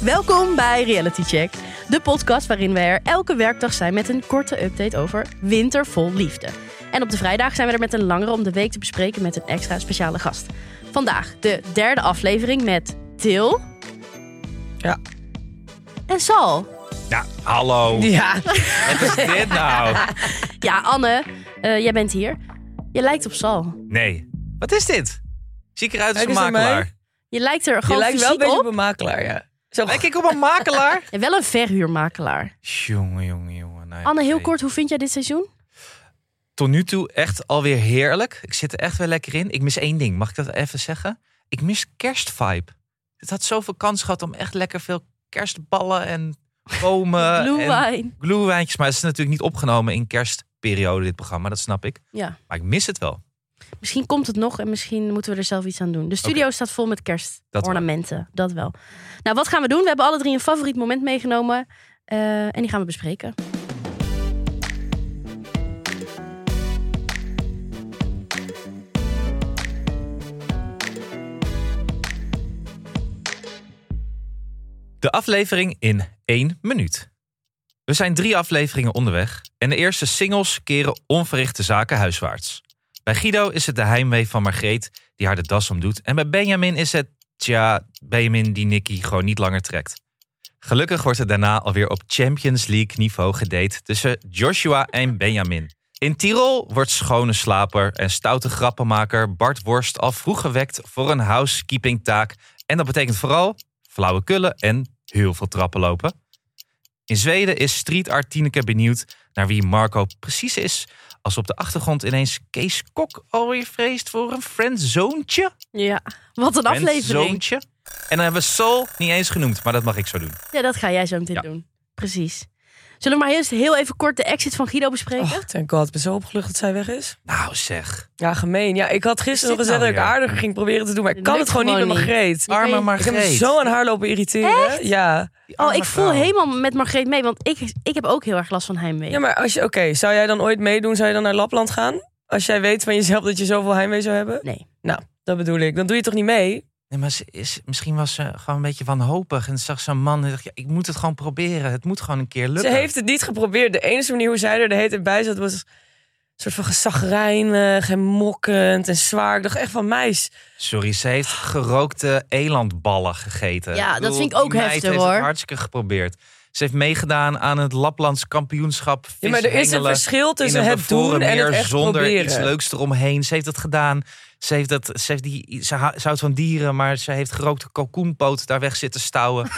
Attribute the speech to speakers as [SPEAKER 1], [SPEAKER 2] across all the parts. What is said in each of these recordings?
[SPEAKER 1] Welkom bij Reality Check, de podcast waarin we er elke werkdag zijn met een korte update over winter vol liefde. En op de vrijdag zijn we er met een langere om de week te bespreken met een extra speciale gast. Vandaag de derde aflevering met Til.
[SPEAKER 2] Ja.
[SPEAKER 1] En Sal.
[SPEAKER 3] Nou, hallo.
[SPEAKER 2] Ja,
[SPEAKER 3] Wat is dit nou?
[SPEAKER 1] Ja, Anne, eh, jij bent hier. Je lijkt op Sal.
[SPEAKER 3] Nee. Wat is dit? Zie ik eruit als
[SPEAKER 2] Kijk
[SPEAKER 3] een
[SPEAKER 2] eens naar
[SPEAKER 3] makelaar?
[SPEAKER 1] Je lijkt er
[SPEAKER 2] je
[SPEAKER 1] gewoon
[SPEAKER 2] lijkt wel een
[SPEAKER 1] fysiek
[SPEAKER 2] beetje
[SPEAKER 1] op.
[SPEAKER 2] op een makelaar, ja. Zo,
[SPEAKER 3] Lijk ik op een makelaar?
[SPEAKER 1] En wel een verhuurmakelaar.
[SPEAKER 3] jongen, jongen, jongen. nee,
[SPEAKER 1] Anne, heel
[SPEAKER 3] nee.
[SPEAKER 1] kort, hoe vind jij dit seizoen?
[SPEAKER 3] Tot nu toe echt alweer heerlijk. Ik zit er echt wel lekker in. Ik mis één ding. Mag ik dat even zeggen? Ik mis kerstvibe. Het had zoveel kans gehad om echt lekker veel kerstballen en
[SPEAKER 2] Eh,
[SPEAKER 3] bomen
[SPEAKER 1] Blue
[SPEAKER 3] en
[SPEAKER 1] wine.
[SPEAKER 3] gluewijntjes. Maar het is natuurlijk niet opgenomen in kerstperiode, dit programma. Dat snap ik.
[SPEAKER 1] Ja.
[SPEAKER 3] Maar ik mis het wel.
[SPEAKER 1] Misschien komt het nog en misschien moeten we er zelf iets aan doen. De studio staat vol met
[SPEAKER 3] Dat wel.
[SPEAKER 1] kerstornamenten. Dat wel. Nou, wat gaan we doen? We hebben alle drie een favoriet moment meegenomen. eh, en die gaan we bespreken.
[SPEAKER 3] De aflevering in één minuut. We zijn drie afleveringen onderweg en de eerste singles keren onverrichte zaken huiswaarts. Bij Guido is het de heimwee van Margreet die haar de das omdoet. En bij Benjamin is het, tja, Benjamin die Nicky gewoon niet langer trekt. Gelukkig wordt er daarna alweer op Champions League niveau gedate tussen Joshua en Benjamin. In Tirol wordt schone slaper en stoute grappenmaker Bart Worst al vroeg gewekt voor een housekeeping taak. En dat betekent vooral flauwe kullen en heel veel trappen lopen. In Zweden is street art Tineke benieuwd naar wie Marco precies is. Als op de achtergrond ineens Kees Kok alweer vreest voor een friendzoontje.
[SPEAKER 1] Ja, wat een aflevering.
[SPEAKER 3] Friendzoontje. En dan hebben we Sol niet eens genoemd, maar dat mag ik zo doen.
[SPEAKER 1] Ja, dat ga jij zo meteen
[SPEAKER 3] Ja.
[SPEAKER 1] doen. Precies. Zullen we maar eerst heel even kort de exit van Guido bespreken?
[SPEAKER 2] oh, thank god, ik ben zo opgelucht dat zij weg is.
[SPEAKER 3] Nou zeg,
[SPEAKER 2] Ja, gemeen. Ja, ik had gisteren nog
[SPEAKER 3] dit
[SPEAKER 2] gezegd
[SPEAKER 3] nou
[SPEAKER 2] dat ik
[SPEAKER 3] weer?
[SPEAKER 2] aardig ging proberen te doen, maar ik
[SPEAKER 1] Dit
[SPEAKER 2] kan het
[SPEAKER 1] lukt
[SPEAKER 2] gewoon niet met
[SPEAKER 1] gewoon
[SPEAKER 2] mijn greet.
[SPEAKER 1] Je kan
[SPEAKER 3] arme
[SPEAKER 1] je-
[SPEAKER 2] Ik heb me
[SPEAKER 3] Margreet.
[SPEAKER 2] zo aan haar lopen irriteren. Ja.
[SPEAKER 3] Die
[SPEAKER 1] Oh,
[SPEAKER 3] arme
[SPEAKER 1] ik voel
[SPEAKER 3] vrouw.
[SPEAKER 1] helemaal met Margreet mee, want ik, ik heb ook heel erg last van heimwee.
[SPEAKER 2] ja, maar als je, oké, zou jij dan ooit meedoen? Zou je dan naar Lapland gaan? Als jij weet van jezelf dat je zoveel heimwee zou hebben?
[SPEAKER 1] Nee.
[SPEAKER 2] Nou, dat bedoel ik. Dan doe je toch niet mee?
[SPEAKER 3] Nee, maar ze is, misschien was ze gewoon een beetje wanhopig. En zag zo'n man en dacht, ja, ik moet het gewoon proberen. Het moet gewoon een keer lukken.
[SPEAKER 2] Ze heeft het niet geprobeerd. De enige manier hoe zij er de hele tijd bij zat was een soort van gezagrijnig en mokkend en zwaar. Ik dacht echt van meis.
[SPEAKER 3] Sorry, ze heeft gerookte elandballen gegeten.
[SPEAKER 1] Ja, dat
[SPEAKER 3] bedoel,
[SPEAKER 1] vind ik ook
[SPEAKER 3] die meid
[SPEAKER 1] heftig,
[SPEAKER 3] heeft
[SPEAKER 1] hoor.
[SPEAKER 3] Het hartstikke geprobeerd. Ze heeft meegedaan aan het Laplands kampioenschap.
[SPEAKER 2] Ja, maar er is een
[SPEAKER 3] vishengelen
[SPEAKER 2] verschil
[SPEAKER 3] in
[SPEAKER 2] tussen
[SPEAKER 3] een
[SPEAKER 2] het doen
[SPEAKER 3] bevroren
[SPEAKER 2] en het
[SPEAKER 3] meer
[SPEAKER 2] echt
[SPEAKER 3] zonder
[SPEAKER 2] proberen.
[SPEAKER 3] iets leuks eromheen. Ze heeft dat gedaan. Ze, heeft dat, ze, heeft die, ze, hou- ze houdt van dieren, maar ze heeft gerookte kalkoenpoot daar weg zitten stouwen.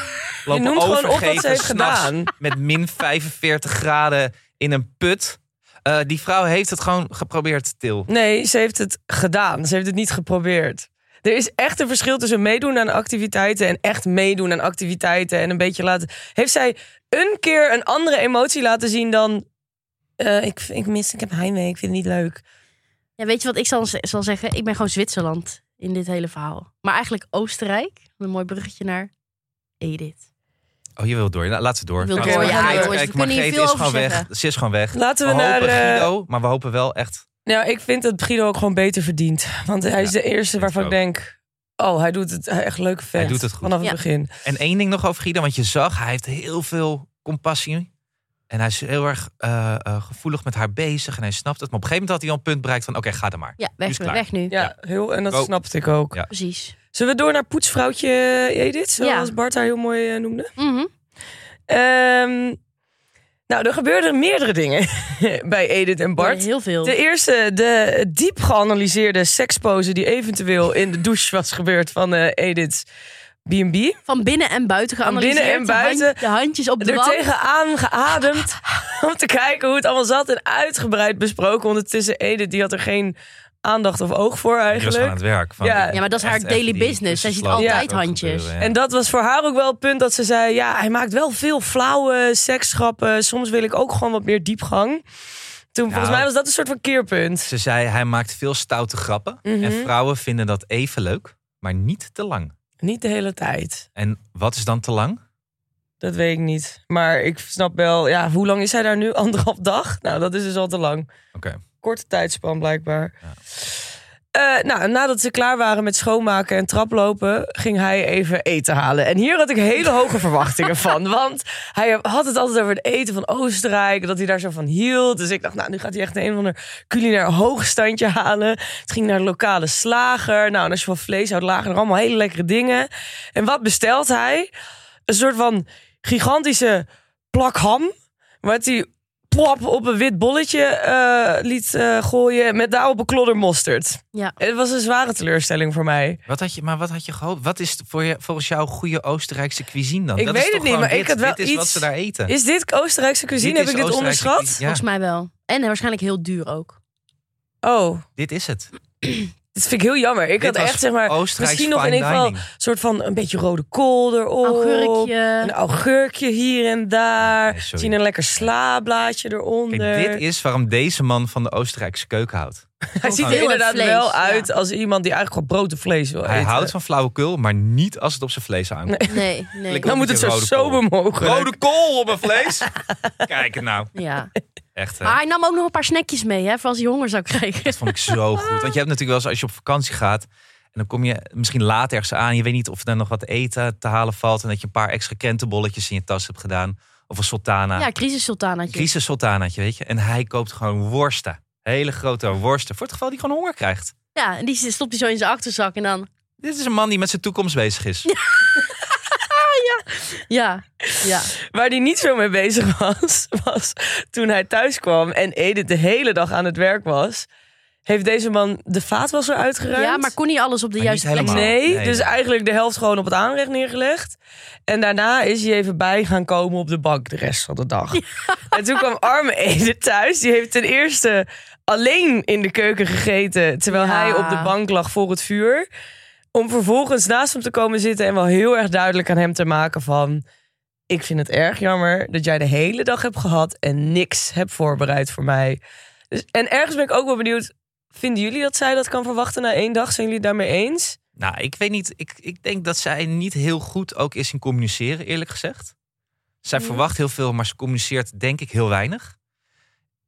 [SPEAKER 2] Je noemt gewoon op wat
[SPEAKER 3] overgeven
[SPEAKER 2] ze heeft
[SPEAKER 3] s'nachts
[SPEAKER 2] gedaan.
[SPEAKER 3] Met min 45 graden in een put. Eh, die vrouw heeft het gewoon geprobeerd, Til.
[SPEAKER 2] Nee, ze heeft het gedaan. Ze heeft het niet geprobeerd. Er is echt een verschil tussen meedoen aan activiteiten en echt meedoen aan activiteiten en een beetje laten. Heeft zij een keer een andere emotie laten zien dan. eh, ik, ik mis, ik heb heimwee, ik vind het niet leuk.
[SPEAKER 1] Ja, weet je wat ik zal, zal zeggen? Ik ben gewoon Zwitserland in dit hele verhaal. Maar eigenlijk Oostenrijk. Een mooi bruggetje naar Edith.
[SPEAKER 3] Oh, je wilt door. Nou, laat ze door.
[SPEAKER 1] Ik wil
[SPEAKER 3] Laat
[SPEAKER 2] door.
[SPEAKER 3] ze door.
[SPEAKER 2] Ja, jongens,
[SPEAKER 1] we
[SPEAKER 3] Kijk,
[SPEAKER 1] kunnen hier
[SPEAKER 3] Margreet
[SPEAKER 1] veel
[SPEAKER 3] is
[SPEAKER 1] over
[SPEAKER 3] gewoon weg.
[SPEAKER 1] zeggen.
[SPEAKER 3] Ze is gewoon weg.
[SPEAKER 2] Laten we
[SPEAKER 3] we
[SPEAKER 2] naar,
[SPEAKER 3] hopen
[SPEAKER 2] eh,
[SPEAKER 3] Guido, maar we hopen wel echt...
[SPEAKER 2] Nou, ik vind dat Guido ook gewoon beter verdient. Want hij is de eerste
[SPEAKER 3] vind
[SPEAKER 2] waarvan ik
[SPEAKER 3] ik
[SPEAKER 2] denk... Oh, hij doet het hij echt leuk vet.
[SPEAKER 3] doet het goed.
[SPEAKER 2] Vanaf het
[SPEAKER 1] Ja.
[SPEAKER 2] begin.
[SPEAKER 3] En één ding nog over Guido, want je zag, hij heeft heel veel compassie. En hij is heel erg eh, eh, gevoelig met haar bezig en hij snapt het. Maar op een gegeven moment had hij al een punt bereikt van, oké, ga dan maar.
[SPEAKER 1] Ja,
[SPEAKER 3] Nu
[SPEAKER 1] weg,
[SPEAKER 3] is
[SPEAKER 1] nu,
[SPEAKER 3] klaar.
[SPEAKER 1] weg nu.
[SPEAKER 2] Ja, heel, en dat
[SPEAKER 3] Go.
[SPEAKER 2] snapte ik ook.
[SPEAKER 3] Ja.
[SPEAKER 1] Precies.
[SPEAKER 2] Zullen we door naar poetsvrouwtje eh, Edith? Zoals
[SPEAKER 1] Ja.
[SPEAKER 2] Bart haar heel mooi eh, noemde.
[SPEAKER 1] Mhm.
[SPEAKER 2] Ehm, nou, er gebeurden meerdere dingen bij Edith en Bart.
[SPEAKER 1] Heel veel.
[SPEAKER 2] De eerste, de diep geanalyseerde sekspose... die eventueel in de douche was gebeurd van eh, Edith's B&B.
[SPEAKER 1] Van binnen en buiten
[SPEAKER 2] Van binnen
[SPEAKER 1] geanalyseerd.
[SPEAKER 2] en
[SPEAKER 1] de hand-
[SPEAKER 2] buiten.
[SPEAKER 1] De handjes op de
[SPEAKER 2] er
[SPEAKER 1] wand.
[SPEAKER 2] tegenaan geademd. om te kijken hoe het allemaal zat. En uitgebreid besproken. Ondertussen Edith, die had er geen aandacht of oog voor
[SPEAKER 3] Die was gewoon aan
[SPEAKER 2] eigenlijk.
[SPEAKER 3] het werk. Van,
[SPEAKER 2] Ja.
[SPEAKER 1] Ja, maar dat is haar
[SPEAKER 3] echt even
[SPEAKER 1] daily
[SPEAKER 3] die
[SPEAKER 1] business. Zij ziet
[SPEAKER 3] tussenslag
[SPEAKER 1] altijd
[SPEAKER 3] ook
[SPEAKER 1] handjes.
[SPEAKER 3] gebeuren, ja.
[SPEAKER 2] En dat was voor haar ook wel het punt dat ze zei... ja, hij maakt wel veel flauwe seksgrappen. Soms wil ik ook gewoon wat meer diepgang. Toen, volgens mij was dat een soort van keerpunt.
[SPEAKER 3] Ze zei, hij maakt veel stoute grappen. En
[SPEAKER 2] Mhm.
[SPEAKER 3] vrouwen vinden dat even leuk, maar niet te lang.
[SPEAKER 2] Niet de hele tijd.
[SPEAKER 3] En wat is dan te lang?
[SPEAKER 2] Dat weet ik niet. Maar ik snap wel... ja, hoe lang is hij daar nu? Anderhalf dag? Nou, dat is dus al te lang.
[SPEAKER 3] Oké.
[SPEAKER 2] korte tijdspan blijkbaar. Eh, nou, nadat ze klaar waren met schoonmaken en traplopen, ging hij even eten halen. En hier had ik hele hoge verwachtingen van. Want hij had het altijd over het eten van Oostenrijk, dat hij daar zo van hield. Dus ik dacht, nou, nu gaat hij echt een of ander culinair hoogstandje halen. Het ging naar de lokale slager. Nou, en als je van vlees houdt, lagen er allemaal hele lekkere dingen. En wat bestelt hij? Een soort van gigantische plak ham. Wat hij plop op een wit bolletje eh, liet eh, gooien. Met daarop een klodder mosterd.
[SPEAKER 1] Ja.
[SPEAKER 2] Het was een zware teleurstelling voor mij.
[SPEAKER 3] Wat had je, maar wat had je gehoopt? Wat is voor je, volgens jou goede Oostenrijkse cuisine dan?
[SPEAKER 2] Ik
[SPEAKER 3] dat
[SPEAKER 2] weet
[SPEAKER 3] is
[SPEAKER 2] het
[SPEAKER 3] toch
[SPEAKER 2] niet,
[SPEAKER 3] gewoon
[SPEAKER 2] maar ik
[SPEAKER 3] dit,
[SPEAKER 2] had wel
[SPEAKER 3] dit is wat
[SPEAKER 2] iets-
[SPEAKER 3] ze daar eten.
[SPEAKER 2] Is dit Oostenrijkse cuisine?
[SPEAKER 3] Dit
[SPEAKER 2] Heb
[SPEAKER 3] is
[SPEAKER 2] ik dit
[SPEAKER 3] Oostenrijkse
[SPEAKER 2] onderschat?
[SPEAKER 3] cuisine. Ja,
[SPEAKER 1] Volgens mij wel. En eh, waarschijnlijk heel duur ook.
[SPEAKER 2] Oh,
[SPEAKER 3] dit is het.
[SPEAKER 2] dit vind ik heel jammer. Ik
[SPEAKER 3] Dit
[SPEAKER 2] had
[SPEAKER 3] was
[SPEAKER 2] echt, zeg maar,
[SPEAKER 3] Oostenrijks
[SPEAKER 2] misschien nog in
[SPEAKER 3] fine
[SPEAKER 2] ieder geval een
[SPEAKER 3] dining.
[SPEAKER 2] soort van een beetje rode kool erop. Een
[SPEAKER 1] Augurkje.
[SPEAKER 2] augurkje hier en daar.
[SPEAKER 3] Nee, sorry.
[SPEAKER 2] Zien een lekker slaablaadje
[SPEAKER 3] Kijk,
[SPEAKER 2] eronder.
[SPEAKER 3] dit is waarom deze man van de Oostenrijkse keuken houdt.
[SPEAKER 2] Hij ziet er
[SPEAKER 1] Veel
[SPEAKER 2] inderdaad
[SPEAKER 1] vlees,
[SPEAKER 2] wel
[SPEAKER 1] ja.
[SPEAKER 2] uit als iemand die eigenlijk gewoon brood en vlees wil
[SPEAKER 3] Hij
[SPEAKER 2] eten.
[SPEAKER 3] houdt van flauwekul, maar niet als het op zijn vlees aankomt.
[SPEAKER 1] Nee, nee.
[SPEAKER 3] Lekker.
[SPEAKER 2] Dan moet het zo
[SPEAKER 3] Rode kool.
[SPEAKER 2] sober mogelijk.
[SPEAKER 3] Rode kool op mijn vlees. Kijk het nou.
[SPEAKER 1] Ja.
[SPEAKER 3] Echt, eh. hè.
[SPEAKER 1] Maar hij nam ook nog een paar snackjes mee, hè, voor als hij honger zou krijgen.
[SPEAKER 3] Dat vond ik zo goed. Want je hebt natuurlijk wel eens als je op vakantie gaat. En dan kom je misschien laat ergens aan. Je weet niet of er dan nog wat eten te halen valt. En dat je een paar extra kentenbolletjes in je tas hebt gedaan. Of een sultana.
[SPEAKER 1] Ja, crisis sultanaatje.
[SPEAKER 3] crisis sultanaatje, weet je. En hij koopt gewoon worsten. Hele grote worsten. Voor het geval die gewoon honger krijgt.
[SPEAKER 1] Ja, en die stopt hij zo in zijn achterzak en dan...
[SPEAKER 3] Dit is een man die met zijn toekomst bezig is.
[SPEAKER 1] Ja, ja.
[SPEAKER 2] Waar hij niet zo mee bezig was, was toen hij thuis kwam en Edith de hele dag aan het werk was. Heeft deze man de vaatwasser uitgeruimd?
[SPEAKER 1] Ja, maar kon niet alles op de
[SPEAKER 3] Maar
[SPEAKER 1] juiste
[SPEAKER 3] niet
[SPEAKER 1] plek.
[SPEAKER 3] helemaal.
[SPEAKER 2] Nee,
[SPEAKER 3] Nee.
[SPEAKER 2] dus eigenlijk de helft gewoon op het aanrecht neergelegd. En daarna is hij even bij gaan komen op de bank de rest van de dag. En toen kwam arme Edith thuis. Die heeft ten eerste alleen in de keuken gegeten... terwijl
[SPEAKER 1] Ja.
[SPEAKER 2] hij op de bank lag voor het vuur. Om vervolgens naast hem te komen zitten... en wel heel erg duidelijk aan hem te maken van... ik vind het erg jammer dat jij de hele dag hebt gehad... en niks hebt voorbereid voor mij. Dus, en ergens ben ik ook wel benieuwd... vinden jullie dat zij dat kan verwachten na één dag? Zijn jullie het daarmee eens?
[SPEAKER 3] Nou, ik weet niet. Ik, ik denk dat zij niet heel goed ook is in communiceren, eerlijk gezegd. Zij
[SPEAKER 1] Ja.
[SPEAKER 3] verwacht heel veel, maar ze communiceert denk ik heel weinig.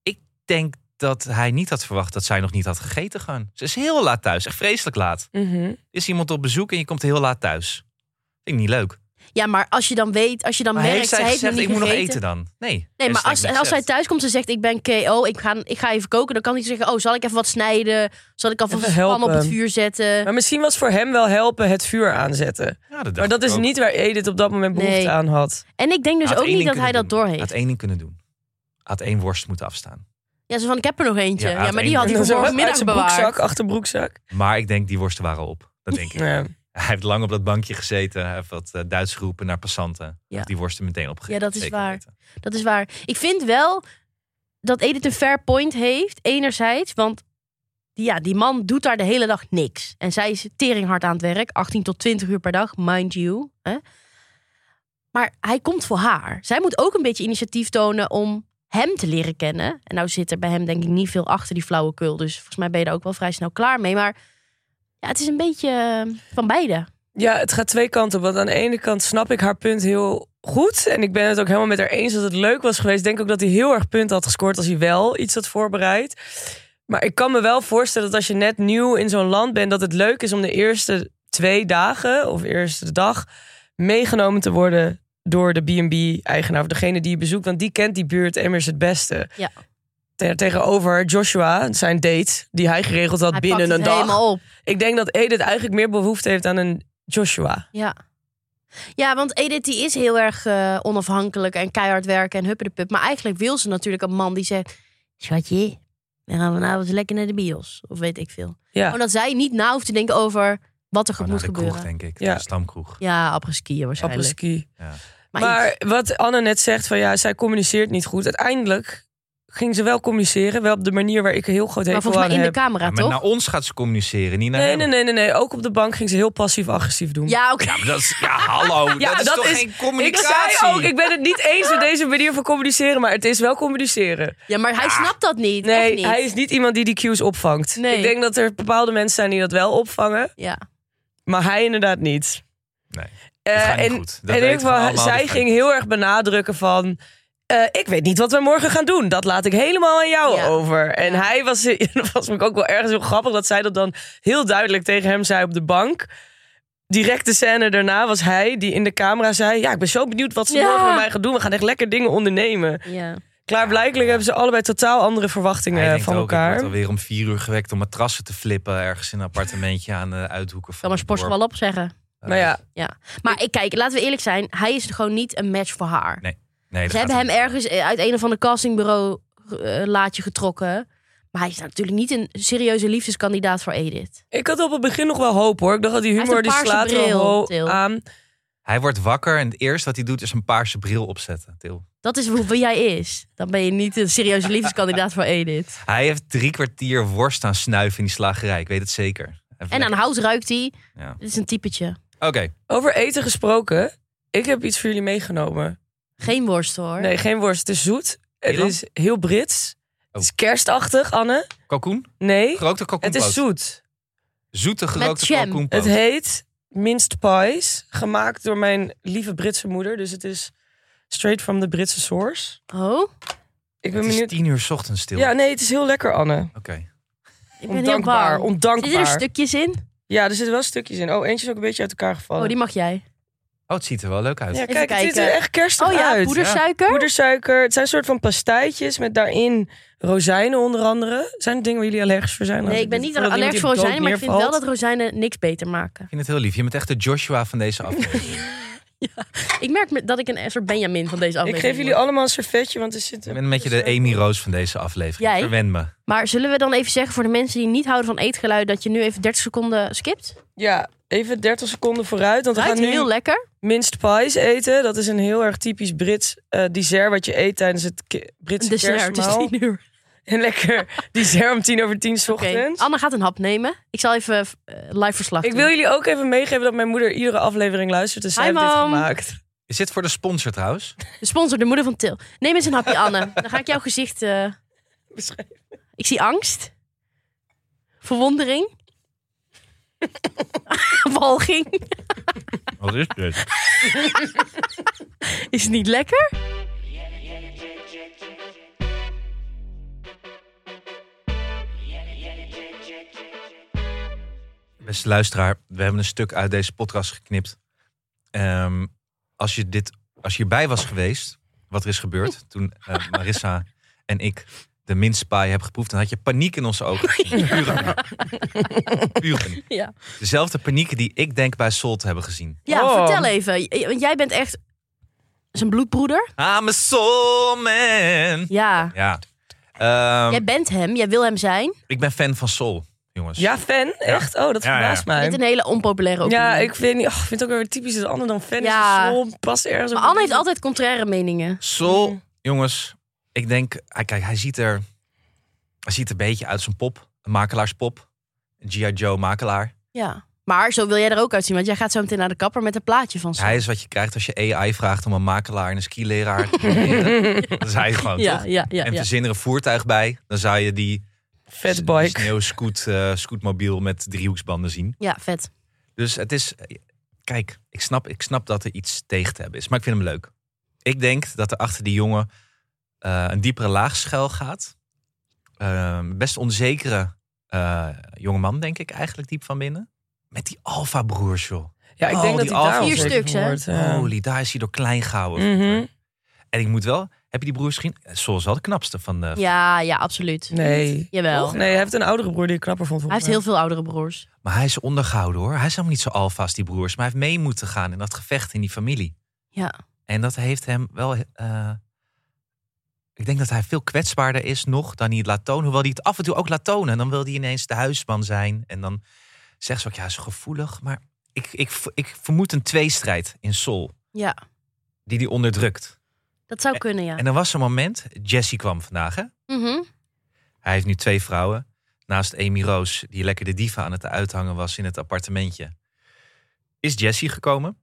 [SPEAKER 3] Ik denk dat hij niet had verwacht dat zij nog niet had gegeten gewoon. Ze is heel laat thuis, echt vreselijk laat.
[SPEAKER 2] Mhm.
[SPEAKER 3] Is iemand op bezoek en je komt heel laat thuis. Vind ik niet leuk.
[SPEAKER 1] Ja, maar als je dan weet, als je dan
[SPEAKER 3] Maar
[SPEAKER 1] merkt,
[SPEAKER 3] heeft zij
[SPEAKER 1] ze heeft nog
[SPEAKER 3] gezegd,
[SPEAKER 1] niet
[SPEAKER 3] ik moet nog
[SPEAKER 1] gegeten.
[SPEAKER 3] eten dan? Nee.
[SPEAKER 1] Nee,
[SPEAKER 3] heeft
[SPEAKER 1] maar
[SPEAKER 3] ze
[SPEAKER 1] als,
[SPEAKER 3] niet
[SPEAKER 1] als hij
[SPEAKER 3] gezegd.
[SPEAKER 1] thuis komt en zegt, ik ben KO, ik ga, ik ga even koken. Dan kan hij zeggen, oh, zal ik even wat snijden? Zal ik alvast
[SPEAKER 2] Even
[SPEAKER 1] een pan op
[SPEAKER 2] helpen.
[SPEAKER 1] het vuur zetten?
[SPEAKER 2] Maar misschien was voor hem wel helpen het vuur aanzetten.
[SPEAKER 3] Ja, dat
[SPEAKER 2] maar dat is niet waar Edith op dat moment behoefte
[SPEAKER 1] Nee.
[SPEAKER 2] aan had.
[SPEAKER 1] En ik denk dus ook niet dat hij dat
[SPEAKER 3] Had
[SPEAKER 1] doorheeft.
[SPEAKER 3] één ding kunnen doen. Had één worst moeten afstaan.
[SPEAKER 1] Ja, zo van, ik heb er nog eentje.
[SPEAKER 3] Ja,
[SPEAKER 1] Ja,
[SPEAKER 3] had
[SPEAKER 1] maar
[SPEAKER 3] één
[SPEAKER 1] die had hij
[SPEAKER 3] ding.
[SPEAKER 1] voor
[SPEAKER 2] Zo uit
[SPEAKER 1] morgenmiddag middag
[SPEAKER 2] zijn
[SPEAKER 1] bewaard.
[SPEAKER 2] broekzak, achter broekzak.
[SPEAKER 3] Maar ik denk die worsten waren al op. Dat denk ik.
[SPEAKER 2] Ja.
[SPEAKER 3] Hij heeft lang op dat bankje gezeten. Hij heeft wat eh, Duits geroepen naar passanten.
[SPEAKER 1] Ja.
[SPEAKER 3] Heeft Die worsten meteen opgegeten.
[SPEAKER 1] Ja, dat is
[SPEAKER 3] Zeker
[SPEAKER 1] waar.
[SPEAKER 3] weten.
[SPEAKER 1] Dat is waar. Ik vind wel dat Edith een fair point heeft, enerzijds. Want die- ja, die man doet daar de hele dag niks. En zij is teringhard aan het werk, 18 tot 20 uur per dag, mind you. Hè? Maar hij komt voor haar. Zij moet ook een beetje initiatief tonen om hem te leren kennen. En nou zit er bij hem denk ik niet veel achter die flauwekul. Dus volgens mij ben je er ook wel vrij snel klaar mee. Maar ja, het is een beetje eh, van beide.
[SPEAKER 2] ja, het gaat twee kanten op. Want aan de ene kant snap ik haar punt heel goed. En ik ben het ook helemaal met haar eens dat het leuk was geweest. Ik denk ook dat hij heel erg punten had gescoord als hij wel iets had voorbereid. Maar ik kan me wel voorstellen dat als je net nieuw in zo'n land bent... dat het leuk is om de eerste twee dagen of eerste dag... meegenomen te worden door de B&B-eigenaar of degene die je bezoekt. Want die kent die buurt immers het beste.
[SPEAKER 1] Ja.
[SPEAKER 2] Te- Tegenover Joshua, zijn date, die hij geregeld had
[SPEAKER 1] Hij pakt
[SPEAKER 2] binnen
[SPEAKER 1] het
[SPEAKER 2] een dag.
[SPEAKER 1] helemaal op.
[SPEAKER 2] Ik denk dat Edith eigenlijk meer behoefte heeft aan een Joshua.
[SPEAKER 1] Ja. Ja, want Edith die is heel erg eh, onafhankelijk en keihard werken en huppen de pup. Maar eigenlijk wil ze natuurlijk een man die zegt... Schatje, we gaan vanavond lekker naar de bios. Of weet ik veel.
[SPEAKER 2] Ja.
[SPEAKER 1] Omdat zij niet na hoeft te denken over wat er
[SPEAKER 3] Gewoon
[SPEAKER 1] moet
[SPEAKER 3] naar Oh, nou,
[SPEAKER 1] gebeuren.
[SPEAKER 3] de kroeg, denk ik.
[SPEAKER 2] Ja.
[SPEAKER 3] Ja. De stamkroeg.
[SPEAKER 1] ja, apres-skiën waarschijnlijk.
[SPEAKER 2] Apres-ski.
[SPEAKER 1] maar
[SPEAKER 2] Maar
[SPEAKER 1] iets.
[SPEAKER 2] wat Anne net zegt, van ja, zij communiceert niet goed. Uiteindelijk ging ze wel communiceren. Wel op de manier waar ik een heel groot
[SPEAKER 1] Maar
[SPEAKER 2] hekel
[SPEAKER 1] volgens
[SPEAKER 2] aan
[SPEAKER 1] mij in de
[SPEAKER 2] heb.
[SPEAKER 1] camera,
[SPEAKER 3] Ja, maar nou,
[SPEAKER 1] toch?
[SPEAKER 3] naar ons gaat ze communiceren, niet naar
[SPEAKER 2] Nee,
[SPEAKER 3] hem.
[SPEAKER 2] nee, nee, nee, nee. Ook op de bank ging ze heel passief-agressief doen.
[SPEAKER 1] Ja, oké.
[SPEAKER 3] Ja, maar dat is, ja hallo.
[SPEAKER 2] Ja,
[SPEAKER 3] dat is
[SPEAKER 2] dat
[SPEAKER 3] toch
[SPEAKER 2] is-
[SPEAKER 3] geen
[SPEAKER 2] Ik
[SPEAKER 3] communicatie?
[SPEAKER 2] zei ook, ik ben het niet eens met deze manier van communiceren, maar het is wel communiceren.
[SPEAKER 1] Ja, maar hij snapt dat niet.
[SPEAKER 2] Nee,
[SPEAKER 1] echt niet.
[SPEAKER 2] hij is niet iemand die die cues opvangt.
[SPEAKER 1] Nee.
[SPEAKER 2] Ik denk dat er bepaalde mensen zijn die dat wel opvangen,
[SPEAKER 1] Ja.
[SPEAKER 2] maar hij inderdaad niet.
[SPEAKER 3] Nee,
[SPEAKER 2] Eh,
[SPEAKER 3] dat gaat niet
[SPEAKER 2] en
[SPEAKER 3] goed. Dat
[SPEAKER 2] en in
[SPEAKER 3] weten
[SPEAKER 2] ieder
[SPEAKER 3] we
[SPEAKER 2] geval,
[SPEAKER 3] allemaal,
[SPEAKER 2] zij
[SPEAKER 3] dat
[SPEAKER 2] ging heel erg benadrukken van... eh, ik weet niet wat we morgen gaan doen. Dat laat ik helemaal aan jou
[SPEAKER 1] Ja.
[SPEAKER 2] over. En
[SPEAKER 1] Ja.
[SPEAKER 2] hij was, dat was ook wel ergens heel grappig dat zij dat dan heel duidelijk tegen hem zei op de bank. Direct de scène daarna was hij die in de camera zei: Ja, ik ben zo benieuwd wat ze
[SPEAKER 1] Ja.
[SPEAKER 2] morgen met mij gaan doen. We gaan echt lekker dingen ondernemen.
[SPEAKER 1] Ja.
[SPEAKER 2] Klaarblijkelijk hebben ze allebei totaal andere verwachtingen
[SPEAKER 3] Hij
[SPEAKER 2] eh,
[SPEAKER 3] denkt
[SPEAKER 2] van
[SPEAKER 3] ook, Ik
[SPEAKER 2] elkaar.
[SPEAKER 3] word alweer om vier uur gewekt om matrassen te flippen ergens in een appartementje aan de uithoeken van
[SPEAKER 1] Kan maar
[SPEAKER 3] het
[SPEAKER 1] spors
[SPEAKER 3] dorp.
[SPEAKER 1] wel op zeggen.
[SPEAKER 3] Eh,
[SPEAKER 2] Nou ja,
[SPEAKER 1] Ja. Maar ik, kijk, laten we eerlijk zijn. Hij is gewoon niet een match voor haar.
[SPEAKER 3] nee, dat
[SPEAKER 1] Ze hebben
[SPEAKER 3] gaat
[SPEAKER 1] hem
[SPEAKER 3] niet.
[SPEAKER 1] ergens eh, uit een of ander castingbureau eh, laatje getrokken. Maar hij is natuurlijk niet een serieuze liefdeskandidaat voor Edith.
[SPEAKER 2] ik had op het begin nog wel hoop hoor. Ik dacht dat die
[SPEAKER 1] Hij heeft
[SPEAKER 2] humor
[SPEAKER 1] een
[SPEAKER 2] die
[SPEAKER 1] paarse
[SPEAKER 2] slaat wel
[SPEAKER 1] bril,
[SPEAKER 2] ho-
[SPEAKER 1] Til.
[SPEAKER 2] aan.
[SPEAKER 3] Hij wordt wakker en het eerste wat hij doet is een paarse bril opzetten. Til.
[SPEAKER 1] Dat is hoe wie jij is. Dan ben je niet een serieuze liefdeskandidaat voor Edith.
[SPEAKER 3] Hij heeft drie kwartier worst aan snuiven in die slagerij. Ik weet het zeker. Even
[SPEAKER 1] En aan
[SPEAKER 3] lekker-
[SPEAKER 1] hout ruikt hij.
[SPEAKER 3] Ja.
[SPEAKER 1] Dit is een typetje.
[SPEAKER 3] Oké,
[SPEAKER 2] Over eten gesproken. Ik heb iets voor jullie meegenomen.
[SPEAKER 1] Geen worst hoor.
[SPEAKER 2] Nee, geen worst. Het is zoet. Het
[SPEAKER 3] Nederland?
[SPEAKER 2] is heel Brits. Het
[SPEAKER 3] Oh.
[SPEAKER 2] is kerstachtig, Anne.
[SPEAKER 3] kalkoen.
[SPEAKER 2] Nee,
[SPEAKER 3] Gerookte kalkoen.
[SPEAKER 2] het is zoet.
[SPEAKER 3] Zoete gerookte
[SPEAKER 1] jam.
[SPEAKER 3] kalkoen.
[SPEAKER 2] Het heet minced pies. Gemaakt door mijn lieve Britse moeder. Dus het is straight from the Britse source.
[SPEAKER 1] Oh,
[SPEAKER 2] Ik ben
[SPEAKER 3] Het is
[SPEAKER 2] benieuwd.
[SPEAKER 3] tien uur 's ochtends stil.
[SPEAKER 2] Ja, nee, het is heel lekker, Anne.
[SPEAKER 3] Oké.
[SPEAKER 1] ik ben heel
[SPEAKER 2] Ondankbaar.
[SPEAKER 1] bang. Zitten er
[SPEAKER 2] Ondankbaar.
[SPEAKER 1] stukjes in?
[SPEAKER 2] ja, er zitten wel stukjes in. Oh, eentje is ook een beetje uit elkaar gevallen.
[SPEAKER 1] Oh, die mag jij.
[SPEAKER 3] Oh, het ziet er wel leuk uit.
[SPEAKER 2] Ja,
[SPEAKER 3] Ja,
[SPEAKER 1] Even
[SPEAKER 2] kijk, het ziet er
[SPEAKER 1] kijken.
[SPEAKER 2] echt kerstig
[SPEAKER 1] Oh ja,
[SPEAKER 2] uit.
[SPEAKER 1] poedersuiker.
[SPEAKER 2] Poedersuiker. Het zijn een soort van pastijtjes met daarin rozijnen onder andere. Zijn er dingen waar jullie allergisch voor zijn? Als
[SPEAKER 1] Nee, ik ben
[SPEAKER 2] dit-
[SPEAKER 1] niet
[SPEAKER 2] voordat iemand
[SPEAKER 1] allergisch voor
[SPEAKER 2] hier dood
[SPEAKER 1] rozijnen, maar ik vind wel
[SPEAKER 2] neervalt.
[SPEAKER 1] dat rozijnen niks beter maken.
[SPEAKER 3] Ik vind het heel lief. Je bent echt de Joshua van deze aflevering.
[SPEAKER 1] Ik merk me- dat ik een soort Benjamin van deze
[SPEAKER 2] Ik
[SPEAKER 1] aflevering
[SPEAKER 2] geef jullie
[SPEAKER 1] word.
[SPEAKER 2] allemaal een servetje, want er zit...
[SPEAKER 3] Ik ben een beetje de Amy Roos van deze aflevering.
[SPEAKER 1] Jij?
[SPEAKER 3] Verwen me.
[SPEAKER 1] Maar zullen we dan even zeggen voor de mensen die niet houden van eetgeluid... dat je nu even 30 seconden skipt?
[SPEAKER 2] Ja, even 30 seconden vooruit, want we
[SPEAKER 1] Ruikt
[SPEAKER 2] gaan nu
[SPEAKER 1] heel lekker.
[SPEAKER 2] minced pies eten. Dat is een heel erg typisch Brits eh, dessert wat je eet tijdens het ki-
[SPEAKER 1] Een
[SPEAKER 2] Britse
[SPEAKER 1] dessert, Dus, het is
[SPEAKER 2] kerstmaal.
[SPEAKER 1] tien uur.
[SPEAKER 2] Een lekker dessert om tien over tien 's
[SPEAKER 1] Oké,
[SPEAKER 2] ochtends.
[SPEAKER 1] Anne gaat een hap nemen. Ik zal even eh, live verslag
[SPEAKER 2] Ik
[SPEAKER 1] doen.
[SPEAKER 2] wil jullie ook even meegeven dat mijn moeder iedere aflevering luistert. Dus zij
[SPEAKER 1] Hi,
[SPEAKER 2] heeft dit
[SPEAKER 1] mam.
[SPEAKER 2] gemaakt.
[SPEAKER 3] Is dit voor de sponsor trouwens?
[SPEAKER 1] De sponsor, de moeder van Til. Neem eens een hapje, Anne. Dan ga ik jouw gezicht... eh,
[SPEAKER 2] Beschrijf.
[SPEAKER 1] ik zie angst. Verwondering. Walging.
[SPEAKER 3] Wat is dit?
[SPEAKER 1] Is het niet lekker?
[SPEAKER 3] Beste luisteraar, we hebben een stuk uit deze podcast geknipt. Ehm, als, je dit, als je erbij was geweest, wat er is
[SPEAKER 1] Oh.
[SPEAKER 3] gebeurd toen eh, Marissa en ik de mince pie hebben geproefd, dan had je paniek in onze ogen. gezien. Pure paniek. Pure paniek.
[SPEAKER 1] Ja.
[SPEAKER 3] Dezelfde paniek die ik denk bij Sol te hebben gezien.
[SPEAKER 1] Ja,
[SPEAKER 2] Oh.
[SPEAKER 1] vertel even. J- eh, Want jij bent echt zijn bloedbroeder.
[SPEAKER 3] I'm a soul man.
[SPEAKER 1] Ja.
[SPEAKER 3] Ja. Ehm,
[SPEAKER 1] Jij bent hem, jij wil hem zijn.
[SPEAKER 3] ik ben fan van Sol, jongens.
[SPEAKER 2] Ja, fan? Echt? Oh, dat
[SPEAKER 3] Ja, ja.
[SPEAKER 2] verbaast
[SPEAKER 1] Dit
[SPEAKER 2] mij.
[SPEAKER 1] een hele onpopulaire opinie.
[SPEAKER 2] Ja, ik vind, oh, ik vind het ook wel weer typisch dat Anne dan fan
[SPEAKER 1] Ja.
[SPEAKER 2] is. Zo past ergens
[SPEAKER 1] Maar
[SPEAKER 2] op.
[SPEAKER 1] Anne heeft altijd contraire meningen.
[SPEAKER 3] Sol,
[SPEAKER 1] Mhm.
[SPEAKER 2] Mm.
[SPEAKER 3] jongens, ik denk, hij- kijk, hij ziet er, hij ziet er een beetje uit zijn pop, een makelaarspop, een GI Joe makelaar.
[SPEAKER 1] Ja. Maar zo wil jij er ook uitzien, want jij gaat zo meteen naar de kapper met een plaatje van ze.
[SPEAKER 3] Hij is wat je krijgt als je AI vraagt om een makelaar en een skileraar te proberen. Dat is hij gewoon,
[SPEAKER 1] Ja,
[SPEAKER 3] toch?
[SPEAKER 1] ja, ja.
[SPEAKER 3] en
[SPEAKER 1] ja.
[SPEAKER 3] verzin er een voertuig bij, dan zou je die, die
[SPEAKER 2] Fatbike.
[SPEAKER 3] sneeuwscoot, eh, scootmobiel met driehoeksbanden zien.
[SPEAKER 1] Ja, vet.
[SPEAKER 3] Dus het is. Kijk, ik snap, ik snap dat er iets tegen te hebben is. Maar ik vind hem leuk. Ik denk dat er achter die jongen eh, een diepere laag schuil gaat. Eh, best onzekere eh jongeman, denk ik eigenlijk, diep van binnen. Met die alfa-broers, joh.
[SPEAKER 2] Ja, ik
[SPEAKER 3] Oh,
[SPEAKER 2] denk
[SPEAKER 3] die
[SPEAKER 2] dat hij daar
[SPEAKER 3] alfa-
[SPEAKER 2] onzeker
[SPEAKER 1] Vier stuks,
[SPEAKER 2] van
[SPEAKER 1] hè?
[SPEAKER 2] wordt, ja.
[SPEAKER 3] Holy, daar is hij door klein gehouden.
[SPEAKER 2] Mhm.
[SPEAKER 3] En ik moet wel... Heb je die broers misschien... Sol is wel de knapste van... de.
[SPEAKER 1] Ja, ja, absoluut.
[SPEAKER 2] Nee.
[SPEAKER 1] Jawel.
[SPEAKER 2] Nee, hij heeft een oudere broer die ik knapper vond.
[SPEAKER 1] Hij heeft heel veel oudere broers.
[SPEAKER 3] Maar hij is ondergehouden, hoor. Hij is helemaal niet zo alfa als die broers. Maar hij heeft mee moeten gaan in dat gevecht in die familie.
[SPEAKER 1] Ja.
[SPEAKER 3] En dat heeft hem wel. eh, ik denk dat hij veel kwetsbaarder is nog dan hij het laat tonen. Hoewel hij het af en toe ook laat tonen. En dan wil hij ineens de huisman zijn. En dan zegt ze ook, ja, hij is gevoelig. Maar ik, ik, ik vermoed een tweestrijd in Sol.
[SPEAKER 1] Ja,
[SPEAKER 3] Die hij onderdrukt.
[SPEAKER 1] dat zou kunnen, ja.
[SPEAKER 3] En er was een moment, Jesse kwam vandaag. Hè?
[SPEAKER 1] Mhm.
[SPEAKER 3] Hij heeft nu twee vrouwen. Naast Amy Roos, die lekker de diva aan het uithangen was in het appartementje, is Jessie gekomen.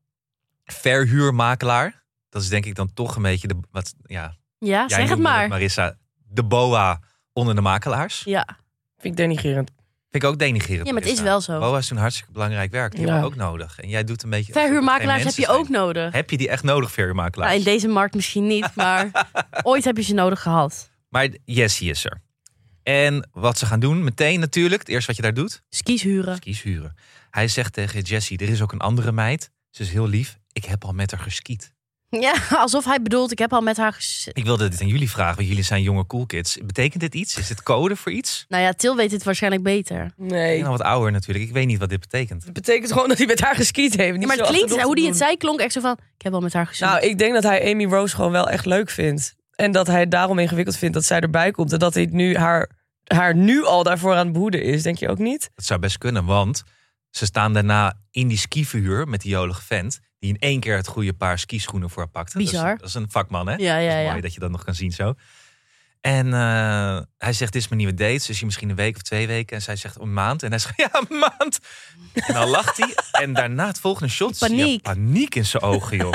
[SPEAKER 3] Verhuurmakelaar. Dat is denk ik dan toch een beetje de, wat, ja,
[SPEAKER 1] Ja,
[SPEAKER 3] Jij
[SPEAKER 1] zeg het
[SPEAKER 3] noemde
[SPEAKER 1] maar.
[SPEAKER 3] Marissa, de boa onder de makelaars.
[SPEAKER 1] Ja.
[SPEAKER 2] Vind ik denigrerend.
[SPEAKER 3] Vind ik ook denigrerend.
[SPEAKER 1] Ja, maar het is
[SPEAKER 3] staan.
[SPEAKER 1] wel zo.
[SPEAKER 3] Boa's doen hartstikke belangrijk werk. Die
[SPEAKER 2] Ja.
[SPEAKER 3] hebben we ook nodig. En jij doet een beetje... alsof het geen
[SPEAKER 1] Verhuurmakelaars heb
[SPEAKER 3] mensen
[SPEAKER 1] je ook
[SPEAKER 3] zijn.
[SPEAKER 1] nodig.
[SPEAKER 3] Heb je die echt nodig, verhuurmakelaars?
[SPEAKER 1] Nou, in deze markt misschien niet, maar ooit heb je ze nodig gehad.
[SPEAKER 3] Maar Jessie is er. En wat ze gaan doen, meteen natuurlijk, het eerste wat je daar doet,
[SPEAKER 1] Skis huren.
[SPEAKER 3] skis huren. Hij zegt tegen Jessie, er is ook een andere meid. Ze is heel lief. Ik heb al met haar geskiet.
[SPEAKER 1] Ja, alsof hij bedoelt, ik heb al met haar... ges-
[SPEAKER 3] Ik wilde dit aan jullie vragen, want jullie zijn jonge cool kids. Betekent dit iets? Is dit code voor iets?
[SPEAKER 1] Nou ja, Til weet het waarschijnlijk beter.
[SPEAKER 2] Nee.
[SPEAKER 3] Ik ben al wat ouder natuurlijk. Ik weet niet wat dit betekent.
[SPEAKER 2] Het betekent gewoon dat hij met haar geskiet heeft.
[SPEAKER 1] Ja,
[SPEAKER 2] Niet
[SPEAKER 1] maar
[SPEAKER 2] zo
[SPEAKER 1] het klinkt,
[SPEAKER 2] achterdochtig
[SPEAKER 1] hoe die het
[SPEAKER 2] doen.
[SPEAKER 1] zei, klonk echt zo van... Ik heb al met haar gezien.
[SPEAKER 2] Nou, ik denk dat hij Amy Rose gewoon wel echt leuk vindt. En dat hij het daarom ingewikkeld vindt dat zij erbij komt. En dat hij het nu haar, haar nu al daarvoor aan het behoeden is. Denk je ook niet?
[SPEAKER 3] Dat zou best kunnen, want ze staan daarna in die skiverhuur met die jolige vent. Die in één keer het goede paar skischoenen voor haar pakt. Dat
[SPEAKER 1] Bizar.
[SPEAKER 3] is, dat is een vakman, hè?
[SPEAKER 1] ja, ja,
[SPEAKER 3] dat is
[SPEAKER 1] ja.
[SPEAKER 3] mooi dat je dat nog kan zien zo. En eh, hij zegt, dit is mijn nieuwe date. Ze is hier misschien een week of twee weken. En zij zegt, een maand. En hij zegt, ja, een maand. En dan lacht hij. En daarna het volgende shot zie je
[SPEAKER 1] Paniek.
[SPEAKER 3] paniek in zijn ogen, joh.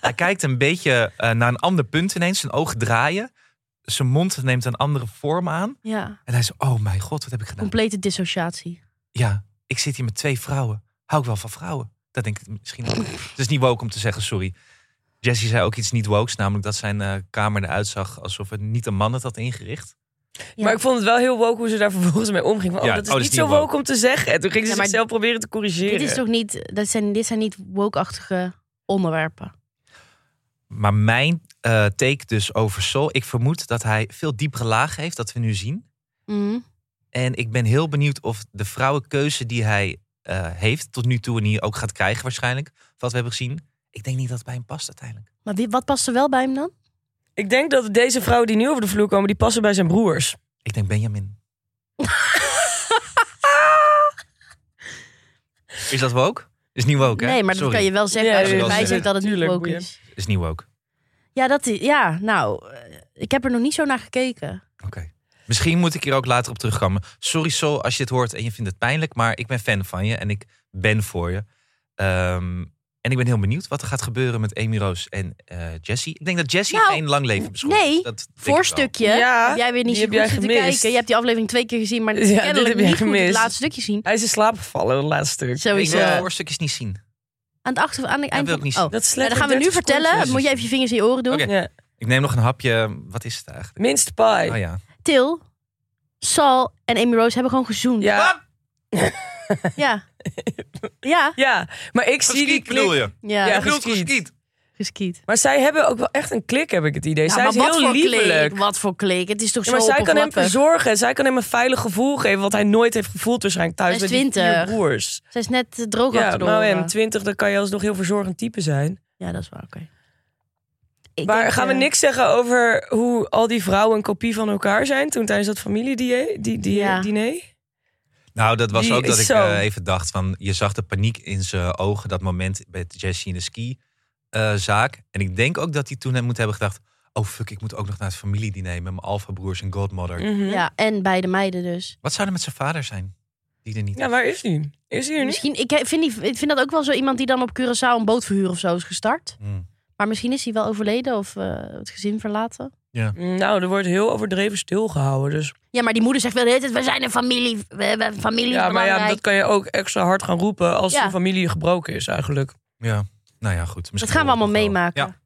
[SPEAKER 3] hij kijkt een beetje eh, naar een ander punt ineens. Zijn ogen draaien. Zijn mond neemt een andere vorm aan.
[SPEAKER 1] Ja,
[SPEAKER 3] En hij zegt, oh mijn god, wat heb ik gedaan?
[SPEAKER 1] complete dissociatie.
[SPEAKER 3] ja, ik zit hier met twee vrouwen. Hou ik wel van vrouwen? Dat denk ik misschien ook. Het is niet woke om te zeggen, sorry. Jessie zei ook iets niet wokes, namelijk dat zijn eh, kamer eruit zag alsof het niet een man het had ingericht.
[SPEAKER 1] Ja.
[SPEAKER 2] Maar ik vond het wel heel woke hoe ze daar vervolgens mee omging. Van, oh,
[SPEAKER 3] Ja,
[SPEAKER 2] dat is
[SPEAKER 3] oh,
[SPEAKER 2] niet zo woke om te zeggen. En toen ging ze
[SPEAKER 1] Ja, maar
[SPEAKER 2] zichzelf proberen te corrigeren.
[SPEAKER 1] Dit is toch niet... Dat zijn, dit zijn niet woke-achtige onderwerpen.
[SPEAKER 3] Maar mijn eh, take dus over Sol, ik vermoed dat hij veel diepere lagen heeft dat we nu zien.
[SPEAKER 1] Mhm.
[SPEAKER 3] En ik ben heel benieuwd of de vrouwenkeuze die hij eh, heeft tot nu toe en hier ook gaat krijgen waarschijnlijk, wat we hebben gezien, ik denk niet dat het bij hem past uiteindelijk.
[SPEAKER 1] Maar wie- wat past er wel bij hem dan?
[SPEAKER 2] Ik denk dat deze vrouwen die nu over de vloer komen, die passen bij zijn broers.
[SPEAKER 3] Ik denk Benjamin. is dat woke? Is niet woke, hè?
[SPEAKER 1] Nee, maar dat
[SPEAKER 3] Sorry.
[SPEAKER 1] kan je wel zeggen
[SPEAKER 2] Ja,
[SPEAKER 1] als je
[SPEAKER 3] dat
[SPEAKER 1] erbij
[SPEAKER 3] is-
[SPEAKER 1] zegt dat het niet
[SPEAKER 2] tuurlijk,
[SPEAKER 1] woke
[SPEAKER 2] boeien.
[SPEAKER 1] is.
[SPEAKER 3] Is niet woke.
[SPEAKER 1] Ja, dat is, ja, nou, eh, ik heb er nog niet zo naar gekeken.
[SPEAKER 3] Oké. Misschien moet ik hier ook later op terugkomen. Sorry Sol, als je dit hoort en je vindt het pijnlijk, maar ik ben fan van je en ik ben voor je. Ehm, en ik ben heel benieuwd wat er gaat gebeuren met Amy Roos en eh, Jessie. Ik denk dat Jessie
[SPEAKER 1] Nou,
[SPEAKER 3] geen lang leven beschouwt.
[SPEAKER 1] nee,
[SPEAKER 3] dat denk ik wel.
[SPEAKER 1] Voorstukje
[SPEAKER 2] Ja,
[SPEAKER 1] heb jij weer niet
[SPEAKER 2] die
[SPEAKER 1] zo
[SPEAKER 2] heb jij
[SPEAKER 1] goed zitten
[SPEAKER 2] gemist.
[SPEAKER 1] kijken. Je hebt die aflevering twee keer gezien, maar
[SPEAKER 2] Ja, dit
[SPEAKER 1] kennelijk
[SPEAKER 2] heb jij
[SPEAKER 1] niet goed het
[SPEAKER 2] gemist.
[SPEAKER 1] laatste stukje zien.
[SPEAKER 2] Hij is in slaap gevallen, dat laatste stuk.
[SPEAKER 3] Ik
[SPEAKER 1] Sowieso.
[SPEAKER 3] wil de
[SPEAKER 1] Aan
[SPEAKER 3] voorstukjes niet zien.
[SPEAKER 1] het achter, aan het eind
[SPEAKER 3] wil ik niet
[SPEAKER 1] van-
[SPEAKER 3] zien.
[SPEAKER 1] oh.
[SPEAKER 2] Dat is
[SPEAKER 1] Nou,
[SPEAKER 2] slecht.
[SPEAKER 1] dan gaan we nu
[SPEAKER 2] 30
[SPEAKER 1] vertellen.
[SPEAKER 2] seconden.
[SPEAKER 1] Moet je even je vingers in je oren doen.
[SPEAKER 3] Oké.
[SPEAKER 2] Ja.
[SPEAKER 3] Ik neem nog een hapje. Wat is het eigenlijk?
[SPEAKER 2] Minced pie.
[SPEAKER 3] Oh ja.
[SPEAKER 1] Til, Sal en Amy Rose hebben gewoon gezoend.
[SPEAKER 2] ja.
[SPEAKER 1] Ja. ja.
[SPEAKER 2] Ja, maar ik zie die
[SPEAKER 3] Geskiet
[SPEAKER 2] klik.
[SPEAKER 3] bedoel je?
[SPEAKER 1] Ja,
[SPEAKER 2] Ja,
[SPEAKER 3] Ik bedoel
[SPEAKER 2] geskiet.
[SPEAKER 3] geskiet.
[SPEAKER 1] geskiet.
[SPEAKER 2] Maar zij hebben ook wel echt een klik, heb ik het idee.
[SPEAKER 1] Ja,
[SPEAKER 2] zij
[SPEAKER 1] maar
[SPEAKER 2] is heel liefelijk.
[SPEAKER 1] klik? Wat voor klik? Het is toch
[SPEAKER 2] Ja, maar
[SPEAKER 1] zo
[SPEAKER 2] zij kan hem
[SPEAKER 1] oppervlakkig?
[SPEAKER 2] verzorgen. Zij kan hem een veilig gevoel geven. Wat hij nooit heeft gevoeld waarschijnlijk thuis
[SPEAKER 1] Hij is
[SPEAKER 2] met die vier
[SPEAKER 1] 20.
[SPEAKER 2] broers.
[SPEAKER 1] Zij is net eh, droog
[SPEAKER 2] Ja,
[SPEAKER 1] achter de
[SPEAKER 2] maar
[SPEAKER 1] oren.
[SPEAKER 2] hem 20, dan kan je alsnog heel verzorgend type zijn.
[SPEAKER 1] Ja, dat is waar, oké. Ik
[SPEAKER 2] maar
[SPEAKER 1] denk,
[SPEAKER 2] gaan we
[SPEAKER 1] eh,
[SPEAKER 2] niks zeggen over hoe al die vrouwen een kopie van elkaar zijn... toen tijdens dat familiediner? Die, die,
[SPEAKER 1] Ja.
[SPEAKER 2] diner?
[SPEAKER 3] Nou, dat was
[SPEAKER 2] Die
[SPEAKER 3] ook dat
[SPEAKER 2] is
[SPEAKER 3] ik
[SPEAKER 2] zo.
[SPEAKER 3] eh, even dacht van... Je zag de paniek in zijn ogen. Dat moment met Jesse in de ski-zaak. en ik denk ook dat hij toen moet hebben gedacht... Oh fuck, ik moet ook nog naar het familiediner met mijn alfa-broers en godmother.
[SPEAKER 2] Mhm.
[SPEAKER 1] Ja, en beide meiden dus.
[SPEAKER 3] Wat zou er met zijn vader zijn? Die er niet
[SPEAKER 2] Ja, waar is die? Is die er niet?
[SPEAKER 1] Misschien, ik vind, die, ik vind dat ook wel zo iemand die dan op Curaçao een bootverhuur of zo is gestart.
[SPEAKER 3] Hmm.
[SPEAKER 1] Maar misschien is hij wel overleden of eh, het gezin verlaten.
[SPEAKER 2] Nou, er wordt heel overdreven stilgehouden. Dus.
[SPEAKER 1] Ja, maar die moeder zegt wel de hele tijd, we zijn een familie, we hebben een familie
[SPEAKER 2] Ja, maar
[SPEAKER 1] belangrijk.
[SPEAKER 2] ja, dat kan je ook extra hard gaan roepen als
[SPEAKER 1] Ja.
[SPEAKER 2] de familie gebroken is eigenlijk.
[SPEAKER 3] Ja, nou ja, goed.
[SPEAKER 1] Dat
[SPEAKER 3] Misschien
[SPEAKER 1] gaan we allemaal
[SPEAKER 3] horen nog wel.
[SPEAKER 1] meemaken.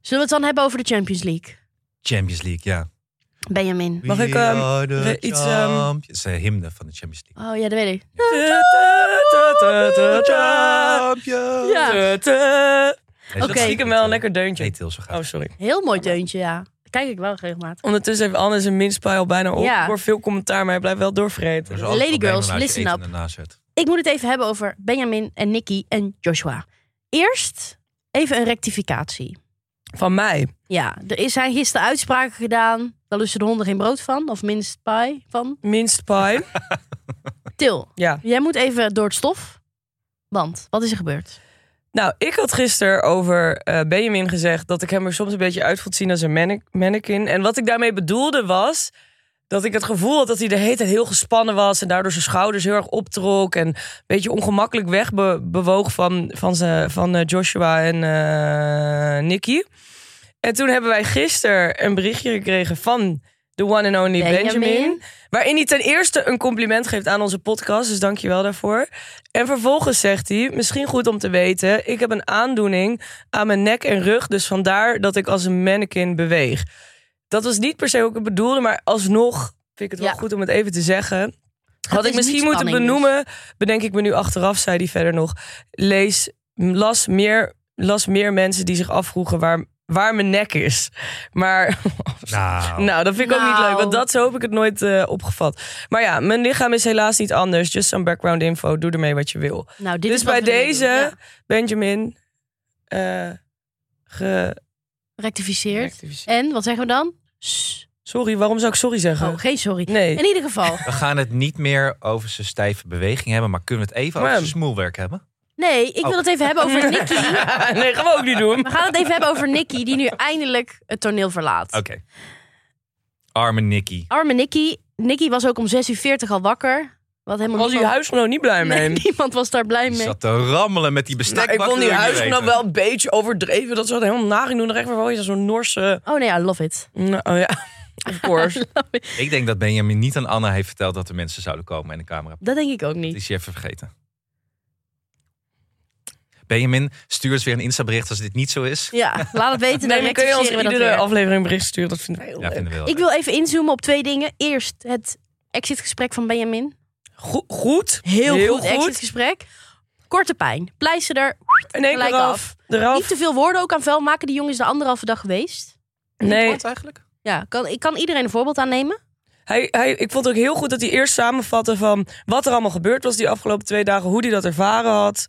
[SPEAKER 1] Zullen we het dan hebben over de Champions League?
[SPEAKER 3] Ja, Champions League, ja.
[SPEAKER 1] Benjamin.
[SPEAKER 2] Mag ik, ehm,
[SPEAKER 3] are the
[SPEAKER 2] we- iets, ehm,
[SPEAKER 3] champ- Het is de hymne van de Champions League.
[SPEAKER 1] Oh ja, dat weet ik.
[SPEAKER 3] Champions.
[SPEAKER 1] Ja.
[SPEAKER 3] Nee,
[SPEAKER 1] Oké.
[SPEAKER 2] Dat
[SPEAKER 3] is
[SPEAKER 2] stiekem wel een lekker
[SPEAKER 3] Nee,
[SPEAKER 2] deuntje.
[SPEAKER 3] Til, eh, zo gaat
[SPEAKER 2] Oh, sorry.
[SPEAKER 1] Heel mooi deuntje, ja. Dat Kijk ik wel regelmatig.
[SPEAKER 2] Ondertussen heeft Anne zijn minspij al bijna op.
[SPEAKER 1] Ja.
[SPEAKER 2] Ik hoor veel commentaar, maar hij blijft wel doorvreten.
[SPEAKER 1] Lady girls, listen up. Ik moet het even hebben over Benjamin en Nicky en Joshua. Eerst even een rectificatie.
[SPEAKER 2] Van mij.
[SPEAKER 1] Ja, er is- zijn gisteren uitspraken gedaan. Daar lusten de honden geen brood van, of minst pie van.
[SPEAKER 2] Minspij.
[SPEAKER 1] Til,
[SPEAKER 2] Ja.
[SPEAKER 1] jij moet even door het stof. Want, wat is er gebeurd?
[SPEAKER 2] Nou, ik had gisteren over eh, Benjamin gezegd dat ik hem er soms een beetje uit vond zien als een manne- mannequin. En wat ik daarmee bedoelde was dat ik het gevoel had dat hij de hele tijd heel gespannen was en daardoor zijn schouders heel erg optrok en een beetje ongemakkelijk wegbewoog van, van, ze, van eh, Joshua en eh Nicky. En toen hebben wij gisteren een berichtje gekregen van The one and only Benjamin.
[SPEAKER 1] Benjamin.
[SPEAKER 2] Waarin hij ten eerste een compliment geeft aan onze podcast. Dus dankjewel daarvoor. En vervolgens zegt hij, misschien goed om te weten... ik heb een aandoening aan mijn nek en rug. Dus vandaar dat ik als een mannequin beweeg. Dat was niet per se hoe ik het bedoelde. Maar alsnog vind ik het wel
[SPEAKER 1] Ja.
[SPEAKER 2] goed om het even te zeggen. Had
[SPEAKER 1] is
[SPEAKER 2] ik misschien
[SPEAKER 1] niet
[SPEAKER 2] moeten
[SPEAKER 1] spanning dus.
[SPEAKER 2] benoemen, bedenk ik me nu achteraf, zei hij verder nog. Lees, las meer, las meer mensen die zich afvroegen waar, waar mijn nek is. Maar
[SPEAKER 3] Nou,
[SPEAKER 2] nou, dat vind ik ook niet
[SPEAKER 1] Oh. Nou.
[SPEAKER 2] leuk, want dat zo heb ik het nooit eh, opgevat. Maar ja, mijn lichaam is helaas niet anders. Just some background info, doe ermee wat je wil.
[SPEAKER 1] Nou, dit
[SPEAKER 2] dus
[SPEAKER 1] is wat
[SPEAKER 2] bij
[SPEAKER 1] we willen
[SPEAKER 2] deze,
[SPEAKER 1] doen. Ja.
[SPEAKER 2] Benjamin, eh, ge-
[SPEAKER 1] Rectificeert. En wat zeggen we dan? S-
[SPEAKER 2] Sorry, waarom zou ik sorry zeggen?
[SPEAKER 1] Oh, geen sorry.
[SPEAKER 2] Eh. Nee.
[SPEAKER 1] In ieder geval.
[SPEAKER 3] we gaan het niet meer over zijn stijve beweging hebben, maar kunnen we het even
[SPEAKER 2] Maar-
[SPEAKER 3] over zijn smoelwerk hebben?
[SPEAKER 1] Nee, ik wil het even hebben over Nicky.
[SPEAKER 2] nee, gaan we ook niet doen.
[SPEAKER 1] We gaan het even hebben over Nicky, die nu eindelijk het toneel verlaat.
[SPEAKER 3] Oké. Arme Nicky.
[SPEAKER 1] Arme Nicky. Nicky was ook om 6.40 uur al wakker. Wat helemaal
[SPEAKER 2] Was uw
[SPEAKER 1] niemand...
[SPEAKER 2] huisgenoot niet blij mee?
[SPEAKER 1] Nee, niemand was daar blij
[SPEAKER 3] Die
[SPEAKER 1] mee.
[SPEAKER 3] zat te rammelen met die bestek.
[SPEAKER 2] Nou, ik
[SPEAKER 3] Wat
[SPEAKER 2] vond die
[SPEAKER 3] wil je
[SPEAKER 2] huisgenoot
[SPEAKER 3] weten?
[SPEAKER 2] wel een beetje overdreven. Dat ze dat helemaal naring doen. Dan echt wel zo'n Noorse...
[SPEAKER 1] Oh nee, I love it.
[SPEAKER 2] Nou, oh ja, of course.
[SPEAKER 3] Ik denk dat Benjamin niet aan Anna heeft verteld dat er mensen zouden komen in de camera.
[SPEAKER 1] Dat denk ik ook
[SPEAKER 3] Dat
[SPEAKER 1] niet.
[SPEAKER 3] is je even vergeten. Benjamin, stuur eens weer een Insta-bericht als dit niet zo is.
[SPEAKER 1] Ja, laat het weten.
[SPEAKER 2] Nee,
[SPEAKER 1] Dan
[SPEAKER 2] maar kun je ons
[SPEAKER 1] rectificeren we dat
[SPEAKER 2] iedere
[SPEAKER 1] weer.
[SPEAKER 2] aflevering een bericht sturen? Dat vinden wij heel
[SPEAKER 3] Ja,
[SPEAKER 2] leuk.
[SPEAKER 3] vinden we wel.
[SPEAKER 1] Ik wil even inzoomen op twee dingen. Eerst het exitgesprek van Benjamin.
[SPEAKER 2] Go- goed.
[SPEAKER 1] Heel, goed, exitgesprek. Korte pijn. Pleister er.
[SPEAKER 2] In één keer
[SPEAKER 1] Gelijk
[SPEAKER 2] af.
[SPEAKER 1] af. Niet
[SPEAKER 2] Eraf.
[SPEAKER 1] te veel woorden ook aan vuil maken. Die jongen is de anderhalve dag geweest.
[SPEAKER 2] Nee,
[SPEAKER 3] Wat eigenlijk?
[SPEAKER 1] Ja, kan, ik kan iedereen een voorbeeld aannemen.
[SPEAKER 2] hij, hij, ik vond het ook heel goed dat hij eerst samenvatte van... wat er allemaal gebeurd was die afgelopen twee dagen. Hoe hij dat ervaren had.